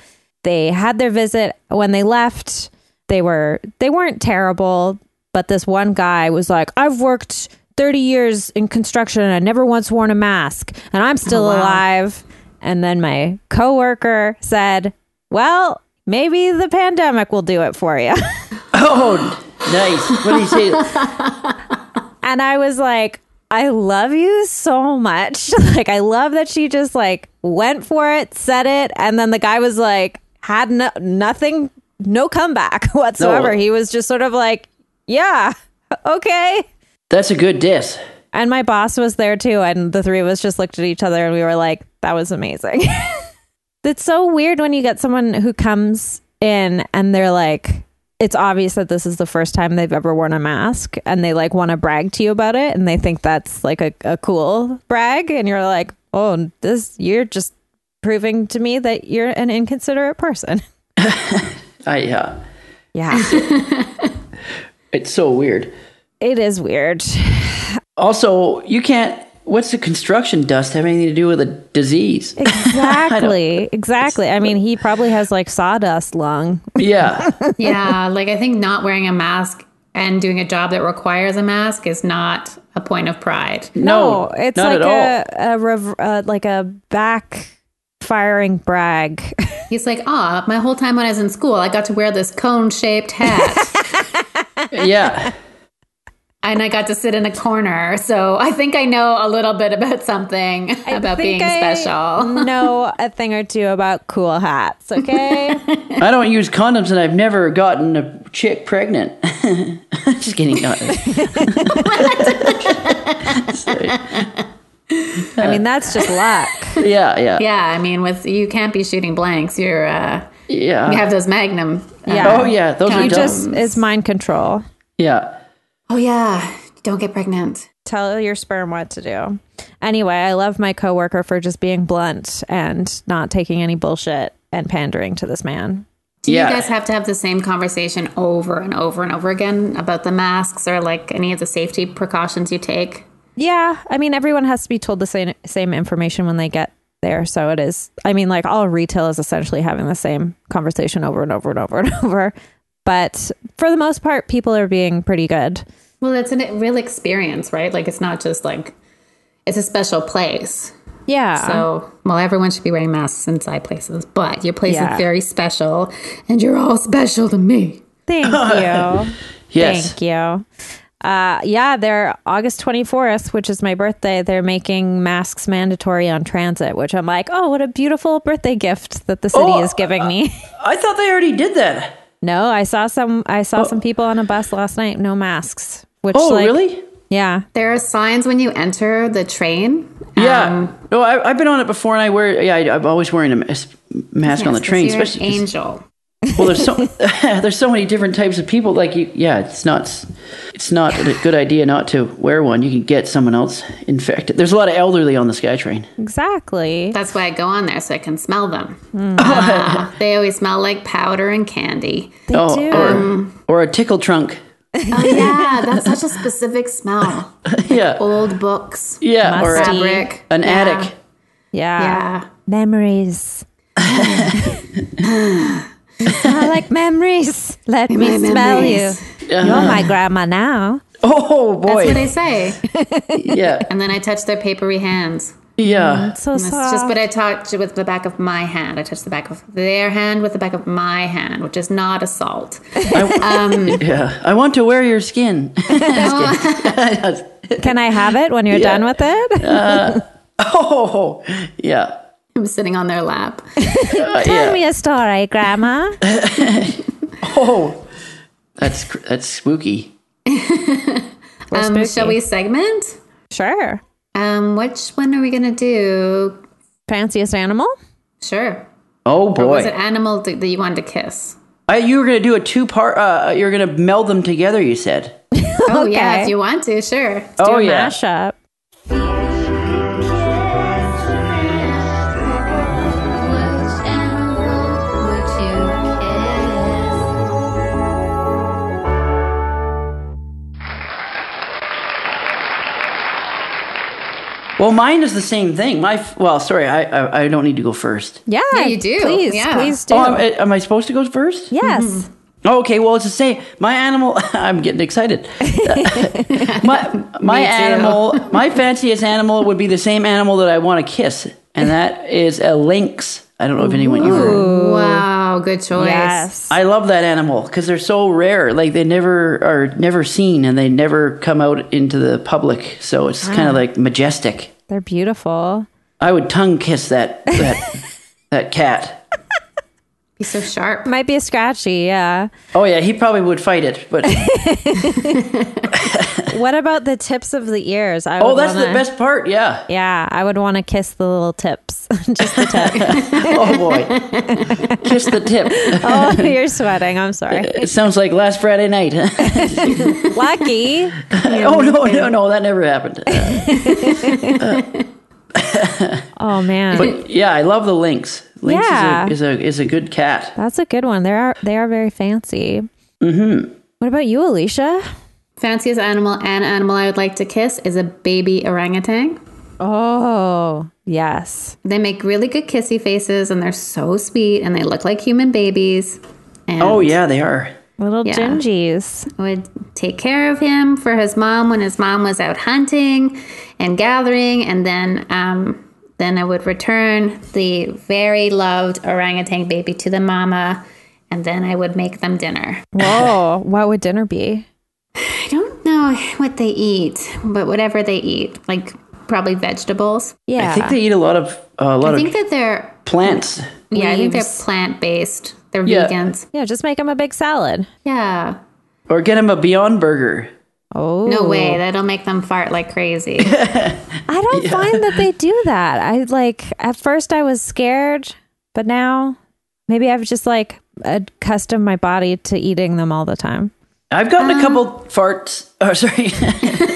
they had their visit when they left they were they weren't terrible but this one guy was like i've worked 30 years in construction and i never once worn a mask and i'm still alive and then my coworker said well maybe the pandemic will do it for you Oh, nice. What do you say? And I was like, I love you so much. like, I love that she just like went for it, said it. And then the guy was like, had no, nothing, no comeback whatsoever. No. He was just sort of like, yeah, okay. That's a good diss. And my boss was there too. And the three of us just looked at each other and we were like, that was amazing. It's so weird when you get someone who comes in and they're like, it's obvious that this is the first time they've ever worn a mask and they like want to brag to you about it and they think that's like a, a cool brag and you're like oh this you're just proving to me that you're an inconsiderate person I, yeah. yeah It's so weird. it is weird Also, you can't. What's the construction dust have anything to do with a disease? exactly exactly i mean he probably has like sawdust lung yeah. yeah, like I think not wearing a mask and doing a job that requires a mask is not a point of pride. No, it's not like at all. a, a rev- uh, like a back firing brag He's like, ah, my whole time when I was in school, I got to wear this cone shaped hat yeah. and I got to sit in a corner. So I think I know a little bit about something about being special. know a thing or two about cool hats okay I don't use condoms and I've never gotten a chick pregnant. Just kidding. No. i mean that's just luck Yeah, yeah. Yeah. Yeah, I mean, with you can't be shooting blanks. You're, uh, you have those magnum. uh, Yeah. oh, yeah. Those are you You dumb. just it's mind control yeah. oh, yeah, don't get pregnant. tell your sperm what to do anyway i love my coworker for just being blunt and not taking any bullshit and pandering to this man Do Yeah. you guys have to have the same conversation over and over and over again about the masks or like any of the safety precautions you take? Yeah, I mean, everyone has to be told the same same information when they get there, so it is. I mean, like all retail is essentially having the same conversation over and over and over and over. But for the most part, people are being pretty good. Well, it's a real experience, right? Like it's not just like it's a special place. Yeah, So, well, everyone should be wearing masks inside places, but your place Yeah. is very special, and you're all special to me. thank you, Yes. thank you. Uh, yeah, they're August twenty fourth, which is my birthday. They're making masks mandatory on transit, which I'm like, oh, what a beautiful birthday gift that the city Oh, is giving me. I thought they already did that. No, I saw some. I saw Oh. some people on a bus last night, no masks. Which, Oh, like, really? Yeah, There are signs when you enter the train. Yeah. Um, no, I, I've been on it before, and I wear. Yeah, I, I'm always wearing a mas- mask on the yes, train, you're an especially. 'cause- angel. well, there's so there's so many different types of people. Like, you, yeah, it's not it's not a good idea not to wear one. You can get someone else infected. There's a lot of elderly on the SkyTrain. exactly. That's why I go on there so I can smell them. Ah, they always smell like powder and candy. They oh, do. or or a tickle trunk. Oh yeah, that's such a specific smell. Yeah, Old books, yeah, or a- musty. fabric, an Yeah. attic. yeah. Yeah. memories. I like memories. Let me My smell memories. you. You're my grandma now. Uh-huh. Oh That's what boy, they say. yeah, And then I touch their papery hands. yeah. So It's soft. just what I touch with the back of my hand. I touch the back of their hand with the back of my hand, which is not assault. I, yeah, I want to wear your skin. Can I have it when you're Yeah. done with Uh, it? oh, yeah, I'm sitting on their lap. Uh, Tell yeah. me a story, grandma. Oh, that's cr- that's spooky. Um, shall we segment? Sure. Um, which one are we gonna do? Fanciest animal? Sure. Oh Was it boy, animal th- that you wanted to kiss? I, you were gonna do a two part. Uh, you're gonna meld them together. You said. Oh yeah, Okay. if you want to, sure. oh Do a yeah. mashup. Which animal would you kiss? Well, mine is the same thing. My f- well, sorry, I, I I don't need to go first. Yeah, Yeah, you do. Please, Yeah. Mm-hmm. please do. Oh, am, am I supposed to go first? yes. Oh, okay. Well, it's the same. My animal. I'm getting excited. my my Me too. animal. My fanciest animal would be the same animal that I want to kiss, and that is a lynx. I don't know if anyone you ever. Wow, good choice. Oh. Yes. I love that animal because they're so rare. Like they never are never seen, and they never come out into the public. So it's kind of like majestic. They're beautiful. I would tongue kiss that that that cat. He's so sharp. Might be a scratchy, yeah. Oh yeah, he probably would fight it, but What about the tips of the ears? I oh, would that's the wanna- best part. Yeah. Yeah, I would want to kiss the little tips. Just the tip. Oh boy, kiss the tip. oh, you're sweating. I'm sorry. It sounds like last Friday night. Lucky. oh no, no, no, that never happened. Oh man. But yeah, I love the Lynx. Lynx Yeah. is, a, is a is a good cat. That's a good one. They are they are very fancy. Mm-hmm. What about you, Alicia? Fanciest animal and animal I would like to kiss is a baby orangutan. Oh yes. They make really good kissy faces and they're so sweet and they look like human babies. And Oh yeah, they are. Little Yeah. gingies. I would take care of him for his mom when his mom was out hunting and gathering and then um, then I would return the very loved orangutan baby to the mama and then I would make them dinner. Whoa. what would dinner be? I don't know what they eat, but whatever they eat, like probably vegetables. Yeah. I think they eat a lot of a I lot of think Mm. that they're plants. yeah, I think Leaves. they're plant based. They're Yeah. vegans. yeah, just make them a big salad. Yeah. Or get him a Beyond Burger. Oh No way. That'll make them fart like crazy. I don't find that they do that. I like at first I was scared, but now maybe I've just like accustomed my body to eating them all the time. I've gotten Um, a couple farts. Oh, sorry.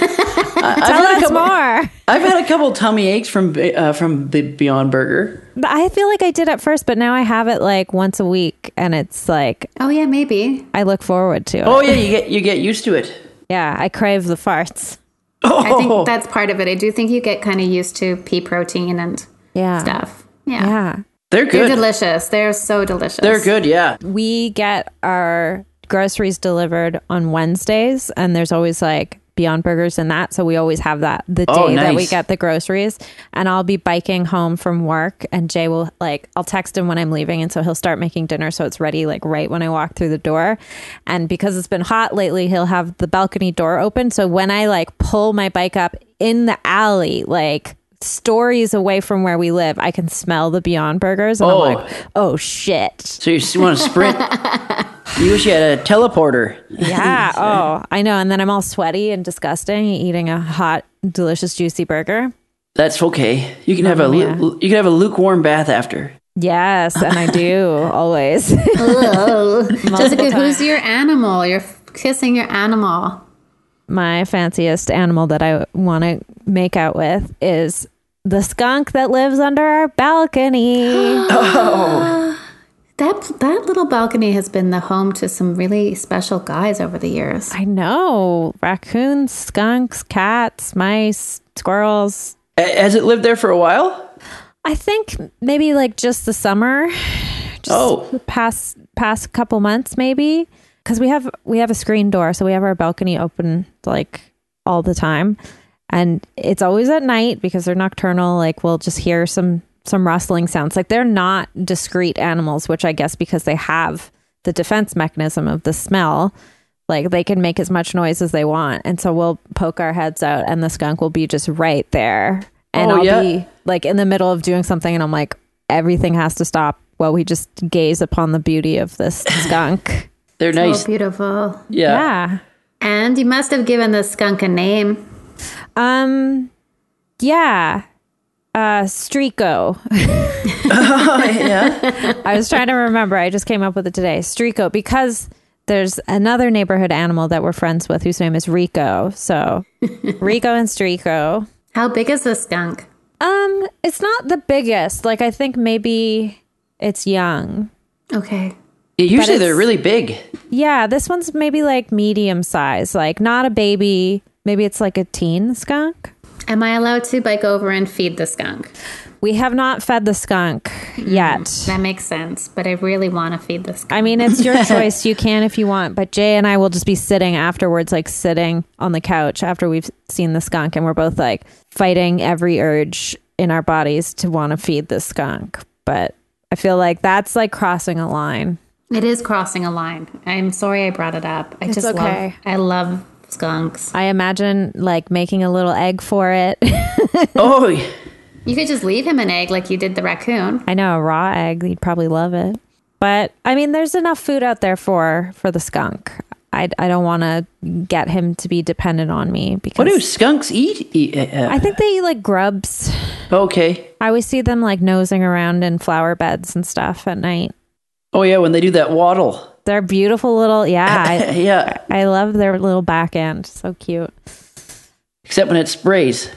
Tell us more. I've had a couple tummy aches from Be- uh, from the Beyond Burger. I feel like I did at first, but now I have it like once a week, and it's like oh yeah, maybe. I look forward to it. Oh yeah, you get you get used to it. Yeah, I crave the farts. I Oh. think that's part of it. I do think you get kind of used to pea protein and Yeah, stuff. Yeah. yeah. They're They're good. delicious. They're so delicious. They're good. Yeah. We get our groceries delivered on Wednesdays, and there's always like Beyond Burgers and that. So we always have that the day Oh, that we nice. get the groceries. And I'll be biking home from work, and Jay will like, I'll text him when I'm leaving. And so he'll start making dinner. So it's ready like right when I walk through the door. And because it's been hot lately, he'll have the balcony door open. So when I like pull my bike up in the alley, like, Stories away from where we live, I can smell the Beyond Burgers, and Oh. I'm like, "Oh shit!" So you just want to sprint. you wish you had a teleporter. Yeah. Oh, I know. And then I'm all sweaty and disgusting eating a hot, delicious, juicy burger. That's okay. You can have a lu- Oh, yeah. lu- you can have a lukewarm bath after. Yes, and I do always. Ugh. Jessica, who's your animal? You're f- kissing your animal. My fanciest animal that I want to make out with is the skunk that lives under our balcony. That that little balcony has been the home to some really special guys over the years. I know raccoons, skunks, cats, mice, squirrels. A- Has it lived there for a while? I think maybe like just the summer. Just Oh. the past past couple months maybe because we have we have a screen door, so we have our balcony open like all the time, and it's always at night because they're nocturnal. Like we'll just hear some some rustling sounds. Like they're not discreet animals, which I guess because they have the defense mechanism of the smell. Like they can make as much noise as they want, and so we'll poke our heads out, and the skunk will be just right there, and Oh, I'll yeah. be like in the middle of doing something, and I'm like, everything has to stop while we just gaze upon the beauty of this skunk. They're Oh, nice. beautiful. Yeah. yeah. And you must have given the skunk a name. Um, yeah. Uh, Streako. I was trying to remember. I just came up with it today. Streako, because there's another neighborhood animal that we're friends with whose name is Rico. So Rico and Streako. How big is the skunk? Um, it's not the biggest. Like, I think maybe it's young. Okay. Yeah, Usually it's- they're really big. Yeah, this one's maybe like medium size, like not a baby. Maybe it's like a teen skunk. Am I allowed to bike over and feed the skunk? We have not fed the skunk yet. That makes sense, but I really want to feed the skunk. I mean, it's your choice. You can if you want, but Jay and I will just be sitting afterwards, like sitting on the couch after we've seen the skunk, and we're both like fighting every urge in our bodies to want to feed the skunk. But I feel like that's like crossing a line. It is crossing a line. I'm sorry I brought it up. I just love okay. I love skunks. I imagine like making a little egg for it. Oh, yeah. You could just leave him an egg like you did the raccoon. I know a raw egg, you'd probably love it. But I mean, there's enough food out there for for the skunk. I, I don't want to get him to be dependent on me because What do skunks eat? eat uh, I think they eat like grubs. okay. I always see them like nosing around in flower beds and stuff at night. Oh yeah, when they do that waddle. They're beautiful little, yeah. Yeah. I, I love their little back end. So cute. Except when it sprays.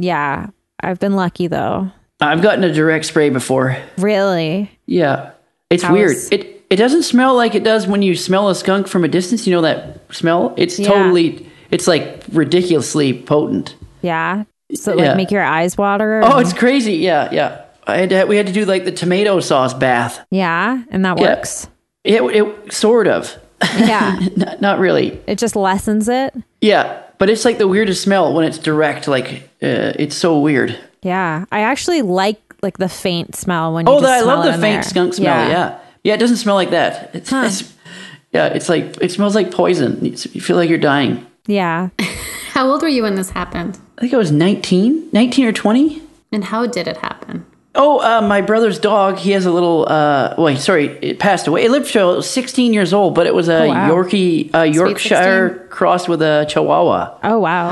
Yeah. I've been lucky though. I've gotten a direct spray before. Really? Yeah. It's How weird. is- It it doesn't smell like it does when you smell a skunk from a distance. You know that smell? It's Yeah. totally it's like ridiculously potent. Yeah. So like Yeah. make your eyes water. Oh, and- it's crazy. Yeah, yeah. I had to, we had to do like the tomato sauce bath. yeah, and that Yeah. works. It it sort of. Yeah. not, not really. it just lessens it. Yeah, but it's like the weirdest smell when it's direct. Like uh, it's so weird. Yeah. I actually like like the faint smell when you Oh, just that, I smell love it the in faint there. skunk smell. Yeah. yeah, it doesn't smell like that. It's, it's yeah, it's like it smells like poison. It's, you feel like you're dying. Yeah. How old were you when this happened? I think I was 19, 19 or twenty. And how did it happen? Oh, uh, my brother's dog. He has a little. Uh, wait, sorry, it passed away. It lived till sixteen years old, but it was a Oh, wow. Yorkie, a Yorkshire cross with a Chihuahua. Oh wow.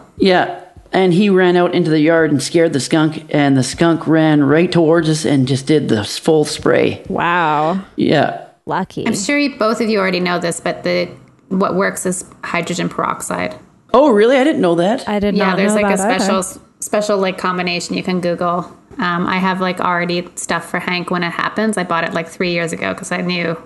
Oh, Yeah. And he ran out into the yard and scared the skunk, and the skunk ran right towards us and just did the full spray. Wow. Yeah. Lucky. I'm sure you, both of you already know this, but the what works is hydrogen peroxide. Oh, really? I didn't know that. I did yeah, not there's know like a that either. special special like combination you can Google. Um, I have like already stuff for Hank when it happens. I bought it like three years ago because I knew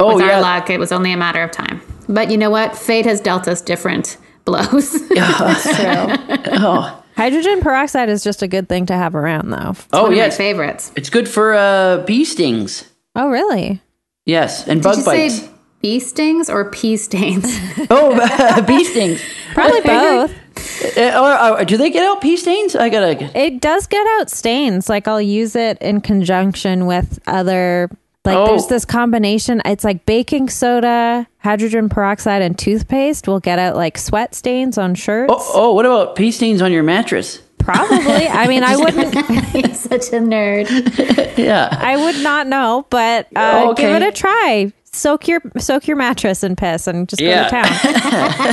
Oh, with yeah. our luck it was only a matter of time. But you know what? Fate has dealt us different blows. Hydrogen peroxide is just a good thing to have around though. oh, One of yeah. my It's, favorites. it's good for uh, bee stings. Oh really? Yes. And Did bug you bites. say bee stings or pea stains? oh, bee stings. Probably both. Uh, or, or, do they get out pea stains? I got to. It does get out stains. Like I'll use it in conjunction with other like Oh. there's this combination. It's like baking soda, hydrogen peroxide, and toothpaste will get out like sweat stains on shirts. Oh, oh, what about pea stains on your mattress? Probably. I mean I wouldn't He's such a nerd. Yeah. I would not know, but uh, Oh, okay. give it a try. Soak your soak your mattress in piss and just Yeah. go to town.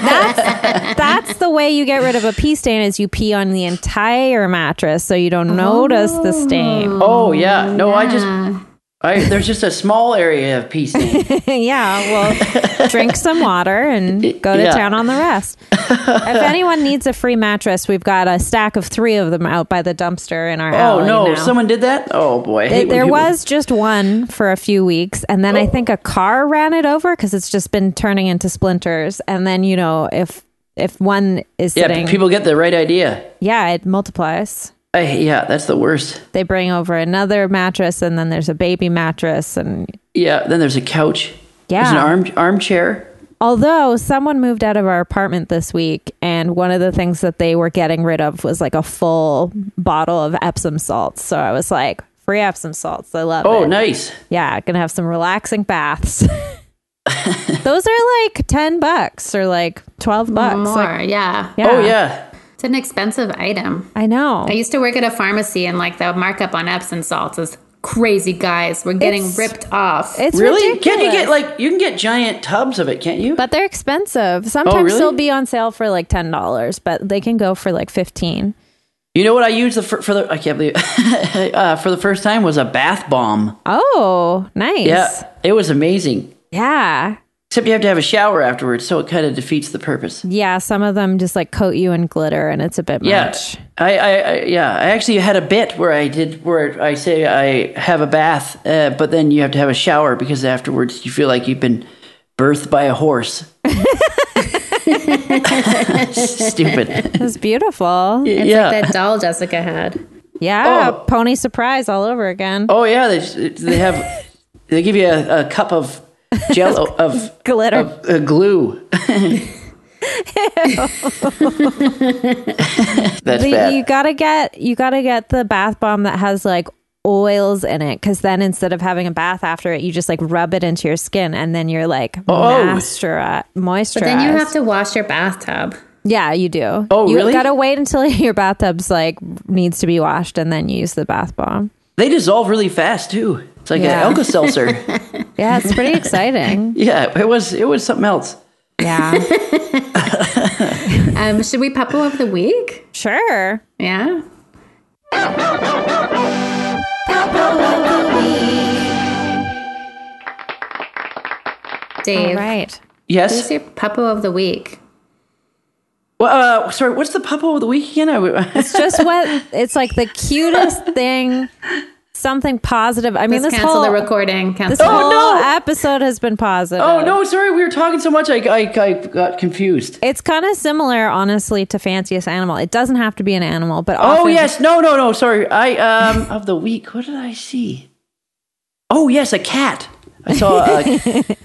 that's that's the way you get rid of a pee stain is you pee on the entire mattress so you don't notice the stain. Oh, yeah. No, I just. I, there's just a small area of pea stains. yeah, well, drink some water and go to Yeah. town on the rest. if anyone needs a free mattress, we've got a stack of three of them out by the dumpster in our Oh, alley no. now. Someone did that? Oh, boy. I hate It, when there people- Oh. was just one for a few weeks, and then I think a car ran it over because it's just been turning into splinters. And then you know, if if one is Yeah, sitting, people get the right idea. yeah, it multiplies. I, yeah, that's the worst. They bring over another mattress, and then there's a baby mattress, and Yeah, then there's a couch. There's an Yeah. arm armchair. Although someone moved out of our apartment this week, and one of the things that they were getting rid of was like a full bottle of Epsom salts. So I was like, free Epsom salts. I love Oh, it. nice. Yeah, gonna have some relaxing baths. Those are like 10 bucks or like 12 bucks. More, Like, yeah. yeah. Oh yeah. It's an expensive item. I know. I used to work at a pharmacy and like the markup on Epsom salts is crazy, guys. We're getting It's- ripped off. It's Really? ridiculous. Can't you get like you can get giant tubs of it, can't you? but they're expensive. Sometimes Oh, really? they'll be on sale for like $10, but they can go for like 15. you know what I used the for, for the I can't believe uh, for the first time was a bath bomb. Oh, nice. Yeah, it was amazing. Yeah. Except you have to have a shower afterwards, so it kind of defeats the purpose. Yeah, some of them just like coat you in glitter and it's a bit Yeah, much. I, I, I yeah, I actually had a bit where I did where I say I have a bath, uh, but then you have to have a shower because afterwards you feel like you've been birthed by a horse. Stupid. It's beautiful. yeah. that doll Jessica had. Yeah, Oh. pony surprise all over again. oh yeah, they they have they give you a, a cup of jello of Glitter. of uh, glue. That's The- bad. you gotta get you gotta get the bath bomb that has like oils in it because then instead of having a bath after it you just like rub it into your skin and then you're like Oh. moisturi- moisturized Then you have to wash your bathtub. yeah you do Oh, you really? gotta wait until your bathtub's like needs to be washed and then use the bath bomb They dissolve really fast too. It's like Yeah. an Elka Seltzer. Yeah, it's pretty exciting. yeah, it was it was something else. Yeah. Um, should we puppo of the week? sure. Yeah. All Dave, right. who's Yes. your puppo of the week? Well, uh, sorry, what's the puppo of the week again? I, It's just what it's like the cutest thing, something positive. I mean, Let's this cancel whole, the recording. this Cancel. whole Oh, no. episode has been positive. oh no, sorry, we were talking so much, I I, I got confused. It's kind of similar, honestly, to fanciest animal. It doesn't have to be an animal, but Oh often- yes, no, no, no, sorry. I um of the week. What did I see? Oh yes, a cat. I saw. A,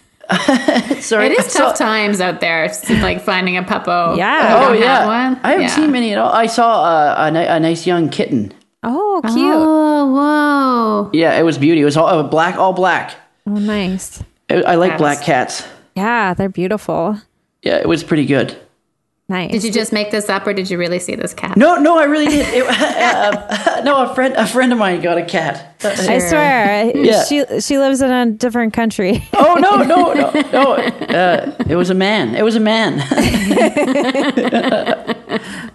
sorry, It I is saw- tough times out there, it's like finding a puppo. Yeah. If you Oh don't yeah, have one. I haven't Yeah. seen many at all. I saw uh, a, ni- a nice young kitten. Oh, cute. Oh, Oh, whoa. Yeah, it was beauty. It was all uh, black, all black. oh, nice. It- I like Cats. black cats. Yeah, they're beautiful. Yeah, it was pretty good. Nice. Did you just make this up, or did you really see this cat? No, no, I really did. It, uh, no, a friend, a friend of mine got a cat. I swear, Yeah. she she lives in a different country. Oh no, no, no, no! Uh, it was a man. It was a man.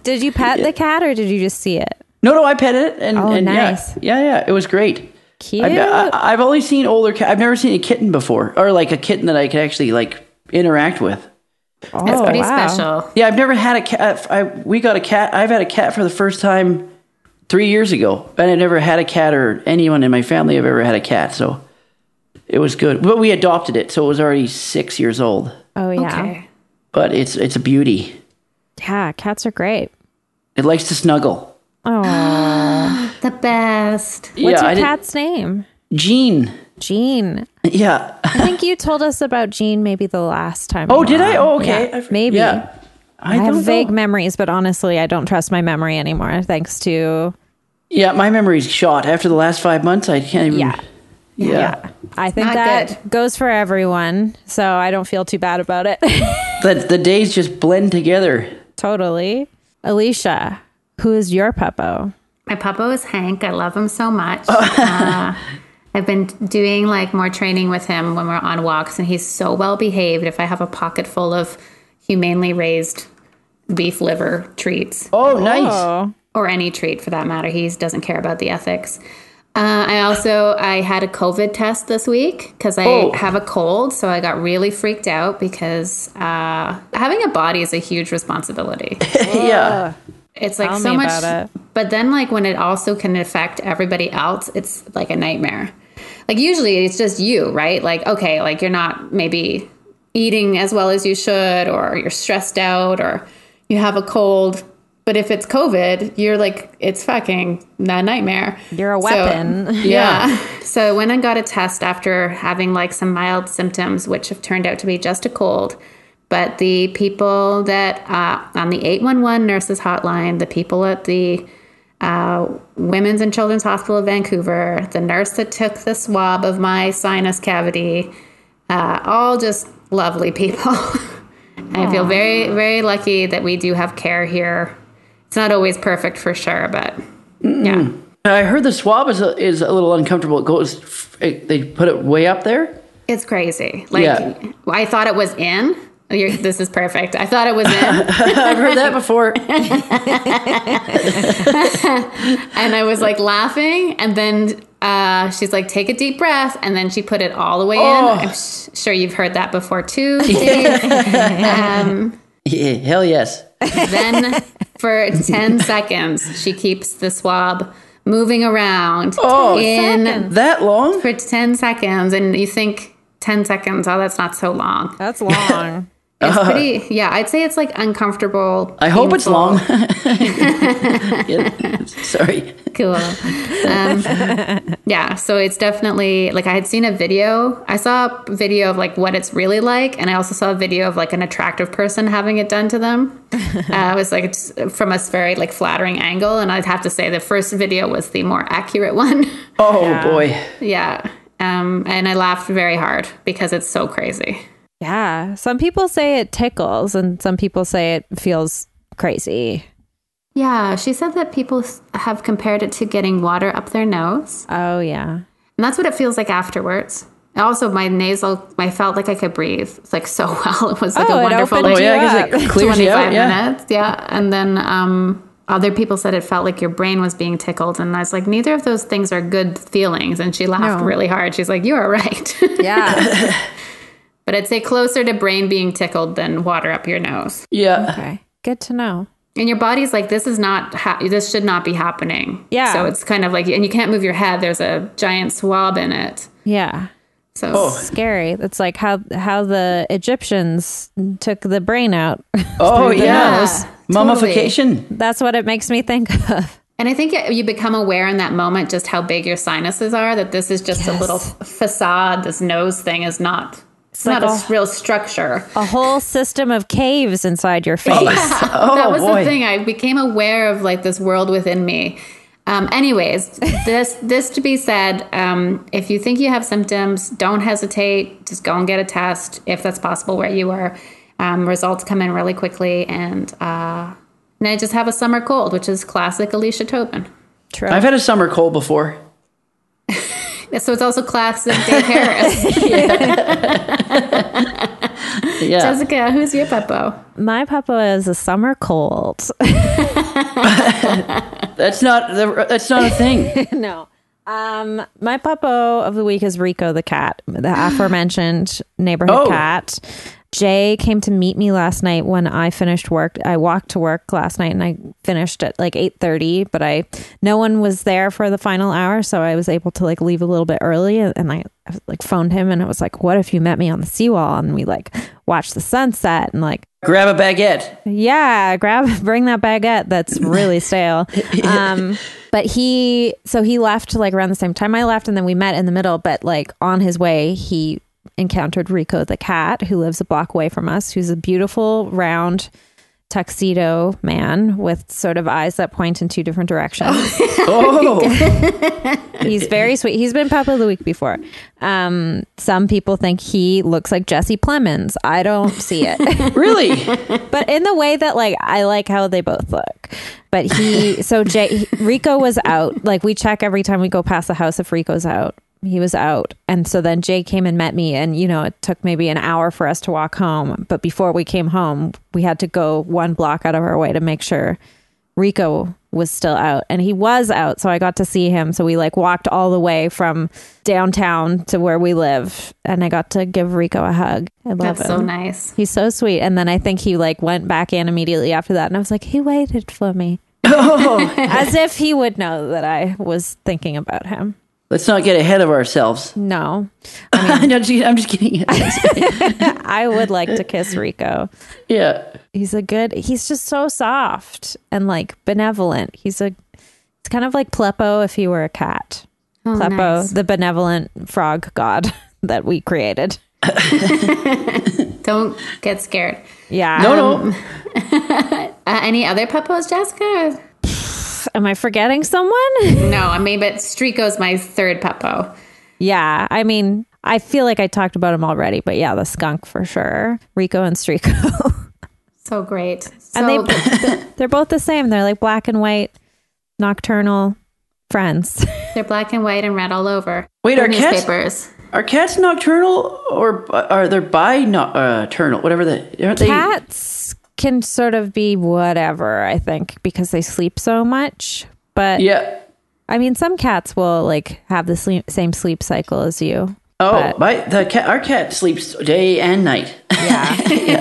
did you pet the cat or did you just see it? No, no, I petted it, and, Oh, and yeah. nice. yeah, yeah, It was great. Cute. I've, uh, I, I've only seen older. Cat. I've never seen a kitten before, or like a kitten that I could actually like interact with. oh, That's pretty wow. special. Yeah, I've never had a cat. I, we got a cat. I've had a cat for the first time three years ago, and I've never had a cat or anyone in my family have ever had a cat. So it was good. But we adopted it, so it was already six years old. Oh yeah, Okay. But it's it's a beauty. yeah. Cats are great. It likes to snuggle. Oh, The best. what's yeah, your didn't- cat's name? Jean. Jean. Yeah. I think you told us about Jean maybe the last time. Oh, you did were I? on. Oh, okay. Yeah, I f- maybe. Yeah. I, I don't have vague know. memories, but honestly, I don't trust my memory anymore. Thanks to yeah, my memory's shot after the last five months. I can't even. Yeah. Yeah. I think Not that goes for everyone, so I don't feel too bad about it. The the days just blend together. totally. Alicia, who is your puppo? My papa is Hank. I love him so much. Uh, I've been doing like more training with him when we're on walks, and he's so well behaved. If I have a pocket full of humanely raised beef liver treats, Oh, nice. Oh, or any treat for that matter. He doesn't care about the ethics. Uh, I also I had a COVID test this week because I Oh. have a cold, so I got really freaked out because uh, having a body is a huge responsibility. yeah. It's like Tell so me much, about it. but then like when it also can affect everybody else, it's like a nightmare. Like usually it's just you, right? Like okay, like you're not maybe eating as well as you should, or you're stressed out, or you have a cold. But if it's COVID, you're like it's fucking a nightmare. you're a So- weapon. yeah. So when I got a test after having like some mild symptoms, which have turned out to be just a cold, but the people that uh, on the 811 nurses hotline, the people at the uh, Women's and Children's Hospital of Vancouver, the nurse that took the swab of my sinus cavity, uh, all just lovely people. I feel very, very lucky that we do have care here. It's not always perfect for sure, but yeah. I heard the swab is a, is a little uncomfortable. It goes, f- it, they put it way up there. It's crazy. Like Yeah. I thought it was in. Oh, You're, this is perfect. I thought it was in, I've heard that before. and I was like laughing, and then uh, she's like, "Take a deep breath," and then she put it all the way Oh. in. I'm sh- sure you've heard that before too. Dave. Yeah, hell yes. then for ten seconds, she keeps the swab moving around Oh. in That long? for ten seconds, and you think ten seconds? Oh, that's not so long. That's long. It's pretty. Yeah, I'd say it's like uncomfortable. Uh-huh. I hope it's painful. long. Yeah, Sorry. cool. Um, yeah, so it's definitely like I had seen a video. I saw a video of like what it's really like, and I also saw a video of like an attractive person having it done to them. Uh, I was like it's from a very like flattering angle, and I'd have to say the first video was the more accurate one. Oh boy. yeah, um, and I laughed very hard because it's so crazy. yeah. Some people say it tickles, and some people say it feels crazy. Yeah, she said that people have compared it to getting water up their nose. Oh, yeah. And that's what it feels like afterwards. Also, my nasal, I felt like I could breathe like so well. It was like Oh, it a wonderful opened like, Oh yeah, I you guess it up. clears you 25 out. Yeah. minutes. Yeah. And then um, other people said it felt like your brain was being tickled. And I was like, neither of those things are good feelings. And she laughed No. really hard. She's like, you are right. Yeah. but I'd say closer to brain being tickled than water up your nose. Yeah. okay. Good to know. And your body's like, this is not, ha- this should not be happening. Yeah. So it's kind of like, and you can't move your head. There's a giant swab in it. Yeah. So Oh. Scary. That's like how how the Egyptians took the brain out. Oh the yeah. nose. Mummification. That's what it makes me think of. And I think you become aware in that moment just how big your sinuses are, that this is just a little f- facade. This nose thing is not, it's like not a- a, real structure. A whole system of caves inside your face. Oh that was boy. the thing. I became aware of like this world within me. Um, anyways, this this to be said, um, if you think you have symptoms, don't hesitate. Just go and get a test if that's possible where you are. Um, results come in really quickly, and uh, and I just have a summer cold, which is classic Alicia Tobin. True. I've had a summer cold before. So it's also classic Dave Harris. Yeah. Jessica, who's your Peppo? My papa is a summer cold. That's not the, that's not a thing. no. Um, my puppo of the week is Rico the cat, the aforementioned neighborhood Oh. cat. Jay came to meet me last night when I finished work. I walked to work last night and I finished at like 8:30, but I no one was there for the final hour, so I was able to like leave a little bit early and I, I like phoned him and I was like, "What if you met me on the seawall and we like watched the sunset and like Grab a baguette. yeah, grab bring that baguette that's really stale. Um but he so he left like around the same time I left and then we met in the middle, but like on his way he encountered Rico the cat who lives a block away from us, who's a beautiful round tuxedo man with sort of eyes that point in two different directions. Oh, He's very sweet. He's been Papa of the Week before. Um some people think he looks like Jesse Plemons. I don't see it. really? but in the way that like I like how they both look. But he so Jay Rico was out. Like we check every time we go past the house if Rico's out. He was out. And so then Jay came and met me and you know, it took maybe an hour for us to walk home, but before we came home, we had to go one block out of our way to make sure Rico was still out and he was out so I got to see him so we like walked all the way from downtown to where we live and I got to give Rico a hug. I love That's him. so nice. He's so sweet. And then I think he like went back in immediately after that. And I was like, he waited for me. As if he would know that I was thinking about him. Let's not get ahead of ourselves. No, No, I'm just- I'm just kidding. I would like to kiss Rico. yeah. He's a good, he's just so soft and like benevolent. He's a, it's kind of like Pleppo if he were a cat. Oh, Pleppo, nice. the benevolent frog god that we created. Don't get scared. Yeah. No, no. Uh, any other Peppos, Jessica? Am I forgetting someone? No, I mean, but Strico's my third Peppo. Yeah, I mean, I feel like I talked about him already, but yeah, the skunk for sure. Rico and Strico. So great. So and they they're both the same. They're like black and white nocturnal friends. They're black and white and red all over. Wait, The our cats- newspapers. Are cats nocturnal or b- are they bi nocturnal? Whatever the aren't they? Cats can sort of be whatever, I think, because they sleep so much. But Yeah. I mean, some cats will like have the sleep, same sleep cycle as you. Oh, But- my the cat. Our cat sleeps day and night.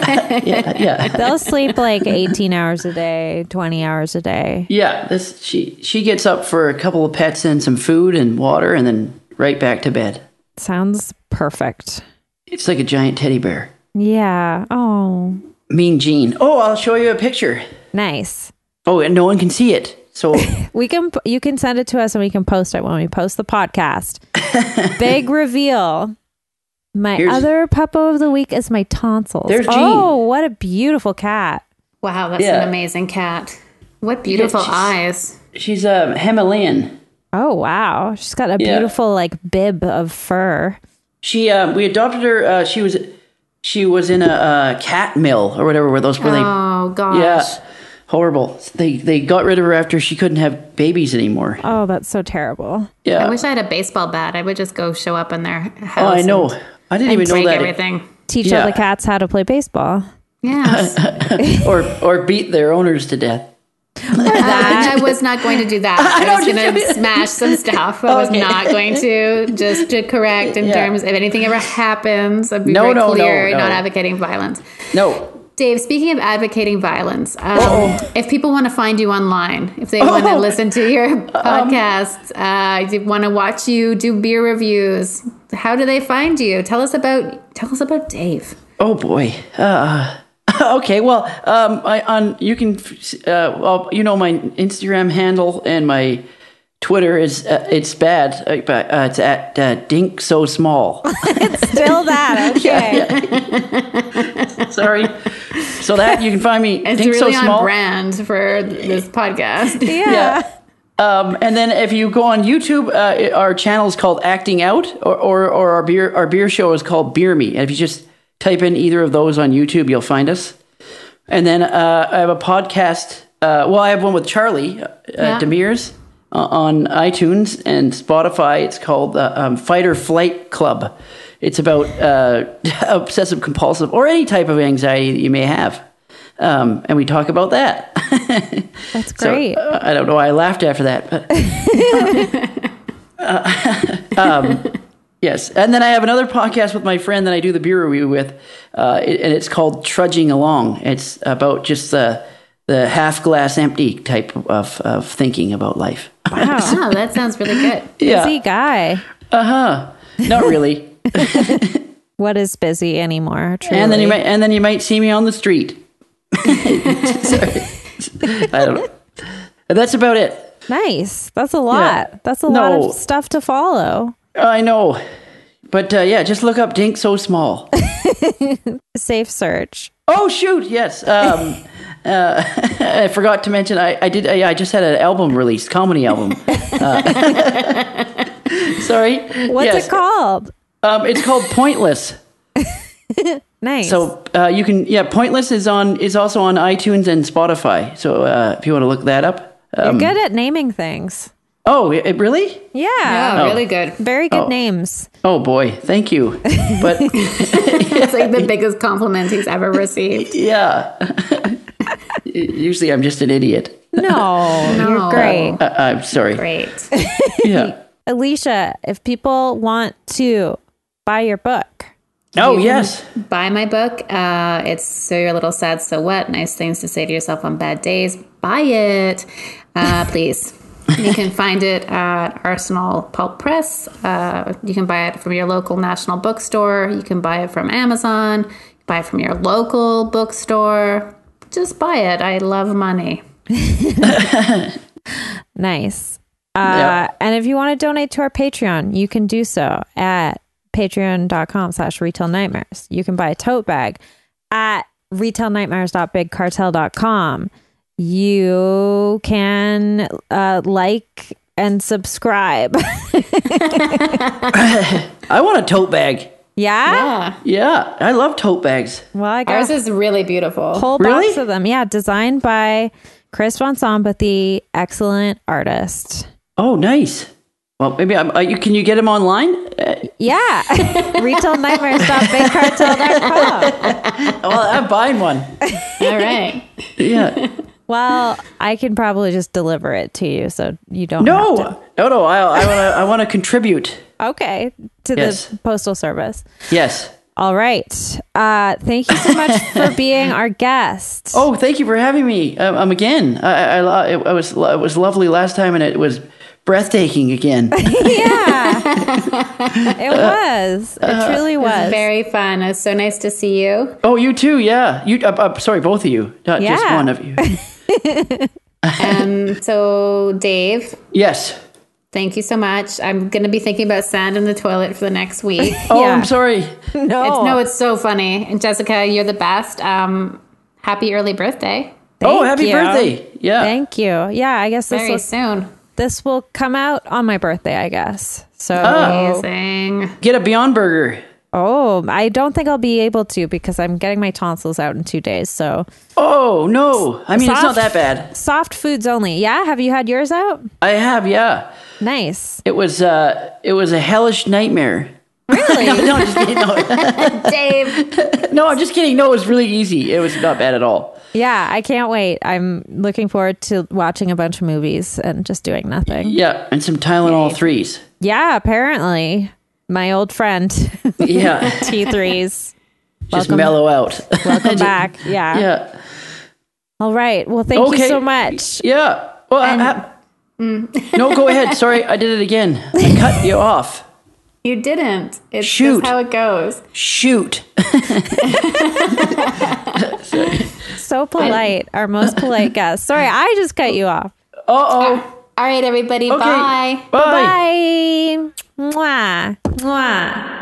They'll sleep like 18 hours a day, 20 hours a day. Yeah. This she she gets up for a couple of pets and some food and water and then right back to bed. Sounds perfect. It's like a giant teddy bear. Yeah. Oh, Mean Gene. Oh, I'll show you a picture. nice. Oh, and no one can see it. So We can you can send it to us and we can post it when we post the podcast. Big reveal. My Here's- other puppo of the week is my tonsils. There's Jean. oh, what a beautiful cat. Wow, that's Yeah. an amazing cat. What beautiful she's- eyes. she's a Himalayan. Oh wow. She's got a Yeah. beautiful like bib of fur. She uh, we adopted her. Uh, she was she was in a, uh cat mill or whatever where those really Oh, gosh. yeah. Horrible. They they got rid of her after she couldn't have babies anymore. Oh, that's so terrible. Yeah. I wish I had a baseball bat. I would just go show up in their house. oh, I and- know. I didn't And even know break that. everything. Uh, Teach Yeah. all the cats how to play baseball. Yes. Or or beat their owners to death. that. I was not going to do that. I, know, was just going kidding. to smash some stuff. I was Okay. not going to. Just to correct in Yeah. terms if anything ever happens, I'd be No, very no, no, clear, no. not advocating violence. No. Dave, speaking of advocating violence, um, Uh-oh. if people want to find you online, if they want to Oh. listen to your podcast, uh, if they want to watch you do beer reviews, how do they find you? Tell us about tell us about Dave. Oh boy. Uh, okay. Well, um, I on you can uh, well you know my Instagram handle and my Twitter is uh, it's bad, uh, but uh, it's at uh, Dink So Small. Still that. Okay. Sorry. So that you can find me It's Dink really So on Small. brand for this podcast. Yeah. Um, and then if you go on YouTube, uh, it- our channel is called Acting Out, or, or or our beer our beer show is called Beer Me. And if you just type in either of those on YouTube, you'll find us. And then uh, I have a podcast. Uh, well, I have one with Charlie uh, Demers uh, on iTunes and Spotify. It's called uh, um, Fight or Flight Club. It's about uh, obsessive compulsive or any type of anxiety that you may have, um, and we talk about that. That's So, great. uh, I don't know why I laughed after that, but. Uh, um, yes. And then I have another podcast with my friend that I do the beer review with, uh, it- and it's called Trudging Along. It's about just the, the half glass empty type of, of thinking about life. wow. Oh, that sounds really good. Busy guy. Uh-huh. Not really. What is busy anymore? Truly. and then you might and then you might see me on the street. Sorry. I don't know. That's about it. nice. That's a lot. That's a No. lot of stuff to follow. Uh, I know. But uh, yeah, just look up Dink So Small. Safe search. Oh shoot! Yes, um, uh, I forgot to mention. I, I did. uh, I, I just had an album release, comedy album. Uh, sorry. What's Yes. it called? Um, it's called Pointless. Nice. So uh, you can yeah, Pointless is on is also on iTunes and Spotify. So uh, if you want to look that up. You're Um, good at naming things. oh, it, really? Yeah. Oh, really good. Very good Oh. names. Oh boy, thank you. But It's like the biggest compliment he's ever received. yeah, usually I'm just an idiot. No, you're No. great. Uh, I'm sorry. Great. Yeah. Alicia, if people want to buy your book, Oh yes. Buy my book. Uh, it's So You're a Little Sad, So What? Nice Things to Say to Yourself on Bad Days. Buy it, uh, please. You can find it at Arsenal Pulp Press. Uh, you can buy it from your local national bookstore. You can buy it from Amazon. Buy it from your local bookstore. Just buy it. I love money. nice. Uh, Yeah. And if you want to donate to our Patreon, you can do so at patreon.com slash retail nightmares. You can buy a tote bag at retailnightmares.bigcartel.com. You can uh, like and subscribe. I want a tote bag. yeah? Ah, Yeah, I love tote bags. Well, I guess ours is really beautiful. whole box Really? of them. Yeah, designed by Chris Von Sombathy, excellent artist. Oh, nice. Well, maybe I'm, uh, you can you get them online? Uh, Yeah, retailnightmares.bigcartel.com. well, I'm buying one. All right. Yeah. Well, I can probably just deliver it to you, so you don't. have to- No, no, no. I I want to I want to contribute. Okay, to Yes. the postal service. Yes. All right. Uh, thank you so much for being our guest. Oh, thank you for having me. Um, um again. I, I, I, lo- it- I was lo- it was lovely last time, and it was breathtaking again. yeah, it was. It truly was. Very fun. It was so nice to see you. oh, you too. Yeah. You. Uh, uh, sorry, both of you, not just Yeah. one of you. Um, so, Dave, Yes. Thank you so much. I'm going to be thinking about sand in the toilet for the next week. it's, Oh, Yeah. I'm sorry. Oh, no, no, uh, it's so funny. And Jessica, you're the best. Um, happy early birthday. oh, Thank happy you. birthday. Yeah. Thank you. Yeah, I guess this Very was soon. this will come out on my birthday, I guess. So Oh. Amazing. Get a Beyond Burger. Oh, I don't think I'll be able to because I'm getting my tonsils out in two days. So Oh no! I mean, it's not Soft- that bad. Soft foods only. Yeah. Have you had yours out? I have, yeah. Nice. It was, uh, it was a hellish nightmare. Really? No, I'm just kidding. No, Dave. no, I'm just kidding. No, it was really easy. It was not bad at all. yeah. I can't wait. I'm looking forward to watching a bunch of movies and just doing nothing. Yeah, and some Tylenol threes. Yeah. Apparently, my old friend Yeah, T3s. just Welcome. mellow out. Welcome back. Yeah. yeah, All right. Well, thank you Okay. so much. yeah. Well, I- I- Mm. no, go ahead. Sorry, I did it again. I cut you off. You didn't. It's Shoot. just how it goes. Shoot. So polite. Our most polite guest. Sorry, I just cut you off. Uh oh. All right, everybody. Okay. Bye. Bye. Bye. Mwah. Mwah.